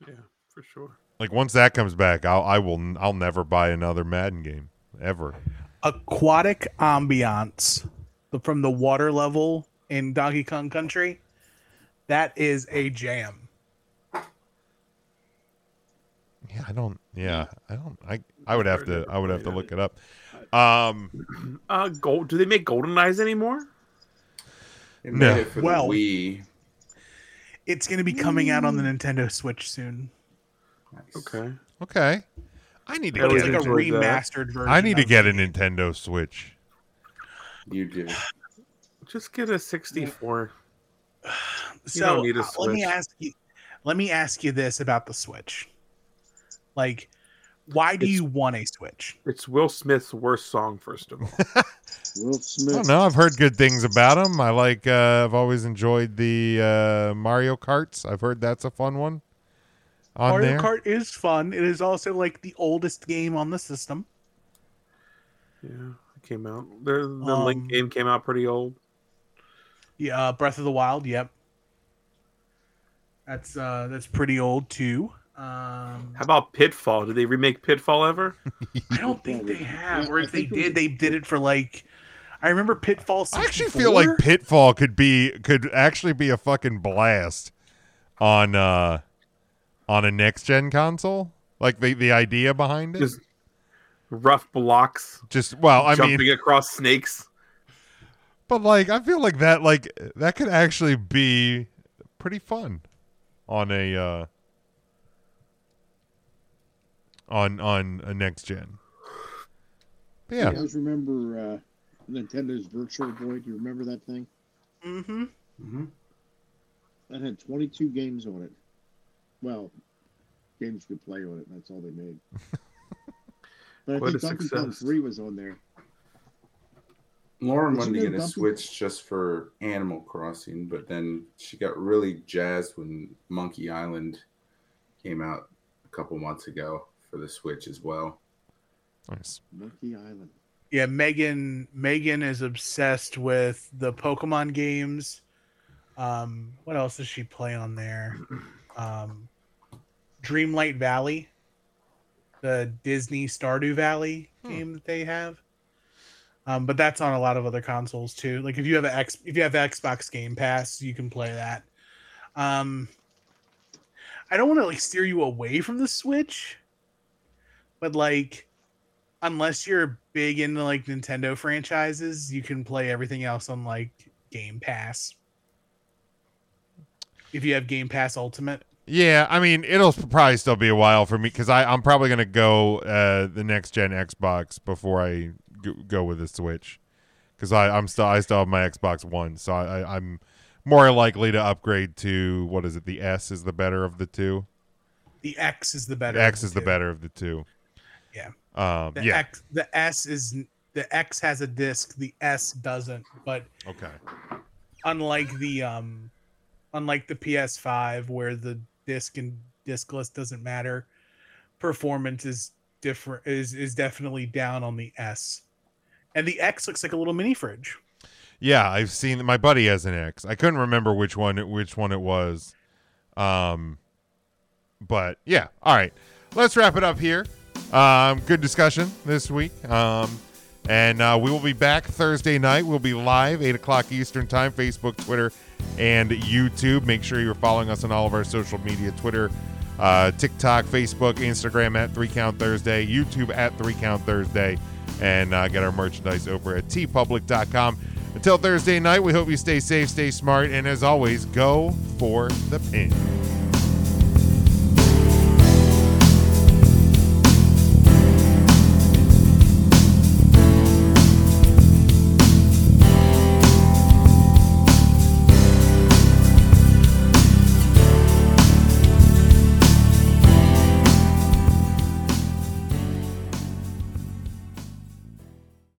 Speaker 4: Yeah, for sure.
Speaker 1: Like once that comes back, I'll I will n- I'll never buy another Madden game ever.
Speaker 3: aquatic ambiance from the water level in Donkey Kong Country. That is a jam.
Speaker 1: Yeah, I don't. Yeah, I don't. I I would have to I would have to look it up. Um,
Speaker 4: Uh, gold. Do they make golden eyes anymore?
Speaker 2: They
Speaker 1: No.
Speaker 2: made it for
Speaker 3: Well-
Speaker 2: the Wii.
Speaker 3: It's going to be coming out on
Speaker 2: Mm.
Speaker 3: the Nintendo Switch soon.
Speaker 2: Nice.
Speaker 4: Okay.
Speaker 1: okay, I need to
Speaker 4: That was
Speaker 3: It's
Speaker 1: get.
Speaker 3: like a
Speaker 1: a-
Speaker 4: enjoyed that.
Speaker 3: remastered version.
Speaker 1: I need to
Speaker 3: of
Speaker 1: get a
Speaker 3: it.
Speaker 1: Nintendo Switch.
Speaker 2: You do.
Speaker 4: Just get a 64.
Speaker 3: So
Speaker 4: don't need a
Speaker 3: uh, let me
Speaker 4: Switch.
Speaker 3: ask you. Let me ask you this about the Switch. Like, why do
Speaker 4: It's-
Speaker 3: you want a Switch?
Speaker 4: It's Will Smith's worst song, first of all.
Speaker 5: Will
Speaker 1: I
Speaker 5: Smith.
Speaker 4: Oh,
Speaker 1: don't know. I've heard good things about them. I like. Uh, I've always enjoyed the uh, Mario Karts. I've heard that's a fun one. On
Speaker 3: Mario
Speaker 1: there,
Speaker 3: Kart is fun. It is also like the oldest game on the system.
Speaker 4: yeah, it came out. The, the Link
Speaker 3: Um,
Speaker 4: game came out pretty old.
Speaker 3: Yeah, uh, Breath of the Wild. Yep. That's uh that's pretty old too. Um,
Speaker 4: How about Pitfall? Did they remake Pitfall ever?
Speaker 3: I don't think they have, or
Speaker 5: I
Speaker 3: if they
Speaker 5: think it was-
Speaker 3: did, they did it for like. I remember Pitfall.
Speaker 1: I actually feel like
Speaker 3: 64?
Speaker 1: Pitfall could be could actually be a fucking blast on uh on a next gen console. Like the the idea behind it.
Speaker 4: Just rough blocks,
Speaker 1: Just well, I
Speaker 4: jumping
Speaker 1: mean,
Speaker 4: across snakes.
Speaker 1: but like I feel like that like that could actually be pretty fun on a uh on on a next gen. But
Speaker 5: I
Speaker 1: yeah,
Speaker 5: always remember uh, Nintendo's Virtual Boy. Do you remember that thing?
Speaker 3: Mhm.
Speaker 2: hmm
Speaker 5: That had 22 games on it. Well, games you could play on it. and That's all they made. but I
Speaker 4: Quite
Speaker 5: think
Speaker 4: a
Speaker 5: Donkey Kong
Speaker 4: success.
Speaker 5: 3 was on there.
Speaker 2: Lauren
Speaker 5: Did
Speaker 2: wanted
Speaker 5: you
Speaker 2: to
Speaker 5: know
Speaker 2: get a
Speaker 5: Donkey-
Speaker 2: Switch just for Animal Crossing, but then she got really jazzed when Monkey Island came out a couple months ago for the Switch as well.
Speaker 1: nice.
Speaker 5: Monkey Island.
Speaker 3: Yeah, Megan. Megan is obsessed with the Pokemon games. Um, what else does she play on there? Um, Dreamlight Valley, the Disney Stardew Valley game that they have. Um, but that's on a lot of other consoles too. Like if you have a X, if you have Xbox Game Pass, you can play that. Um, I don't want to like steer you away from the Switch, but like unless you're big into like Nintendo franchises, you can play everything else on like Game Pass. If you have Game Pass Ultimate,
Speaker 1: Yeah, I mean, it'll probably still be a while for me because I'm probably gonna go uh, the next gen Xbox before I go, go with the Switch because I'm still I still have my Xbox One, so I, I, I'm more likely to upgrade to what is it? The S is the better of the two.
Speaker 3: the X is the better. of
Speaker 1: X is the
Speaker 3: two.
Speaker 1: better of the two.
Speaker 3: Yeah.
Speaker 1: Um,
Speaker 3: The
Speaker 1: yeah.
Speaker 3: X, the S is the X has a disc. The S doesn't. But
Speaker 1: okay.
Speaker 3: unlike the um, unlike the PS5 where the disc and discless doesn't matter, performance is different. Is is definitely down on the S, and the X looks like a little mini fridge.
Speaker 1: Yeah, I've seen my buddy has an X. I couldn't remember which one which one it was. Um but yeah, all right. Let's wrap it up here. Um good discussion this week. Um and uh, we will be back Thursday night. We'll be live, 8 o'clock Eastern Time, Facebook, Twitter, and YouTube. Make sure you're following us on all of our social media Twitter, uh, TikTok, Facebook, Instagram at 3 Count Thursday, YouTube at 3 Count Thursday, and uh, get our merchandise over at tpublic.com. Until Thursday night, we hope you stay safe, stay smart, and as always, go for the pin.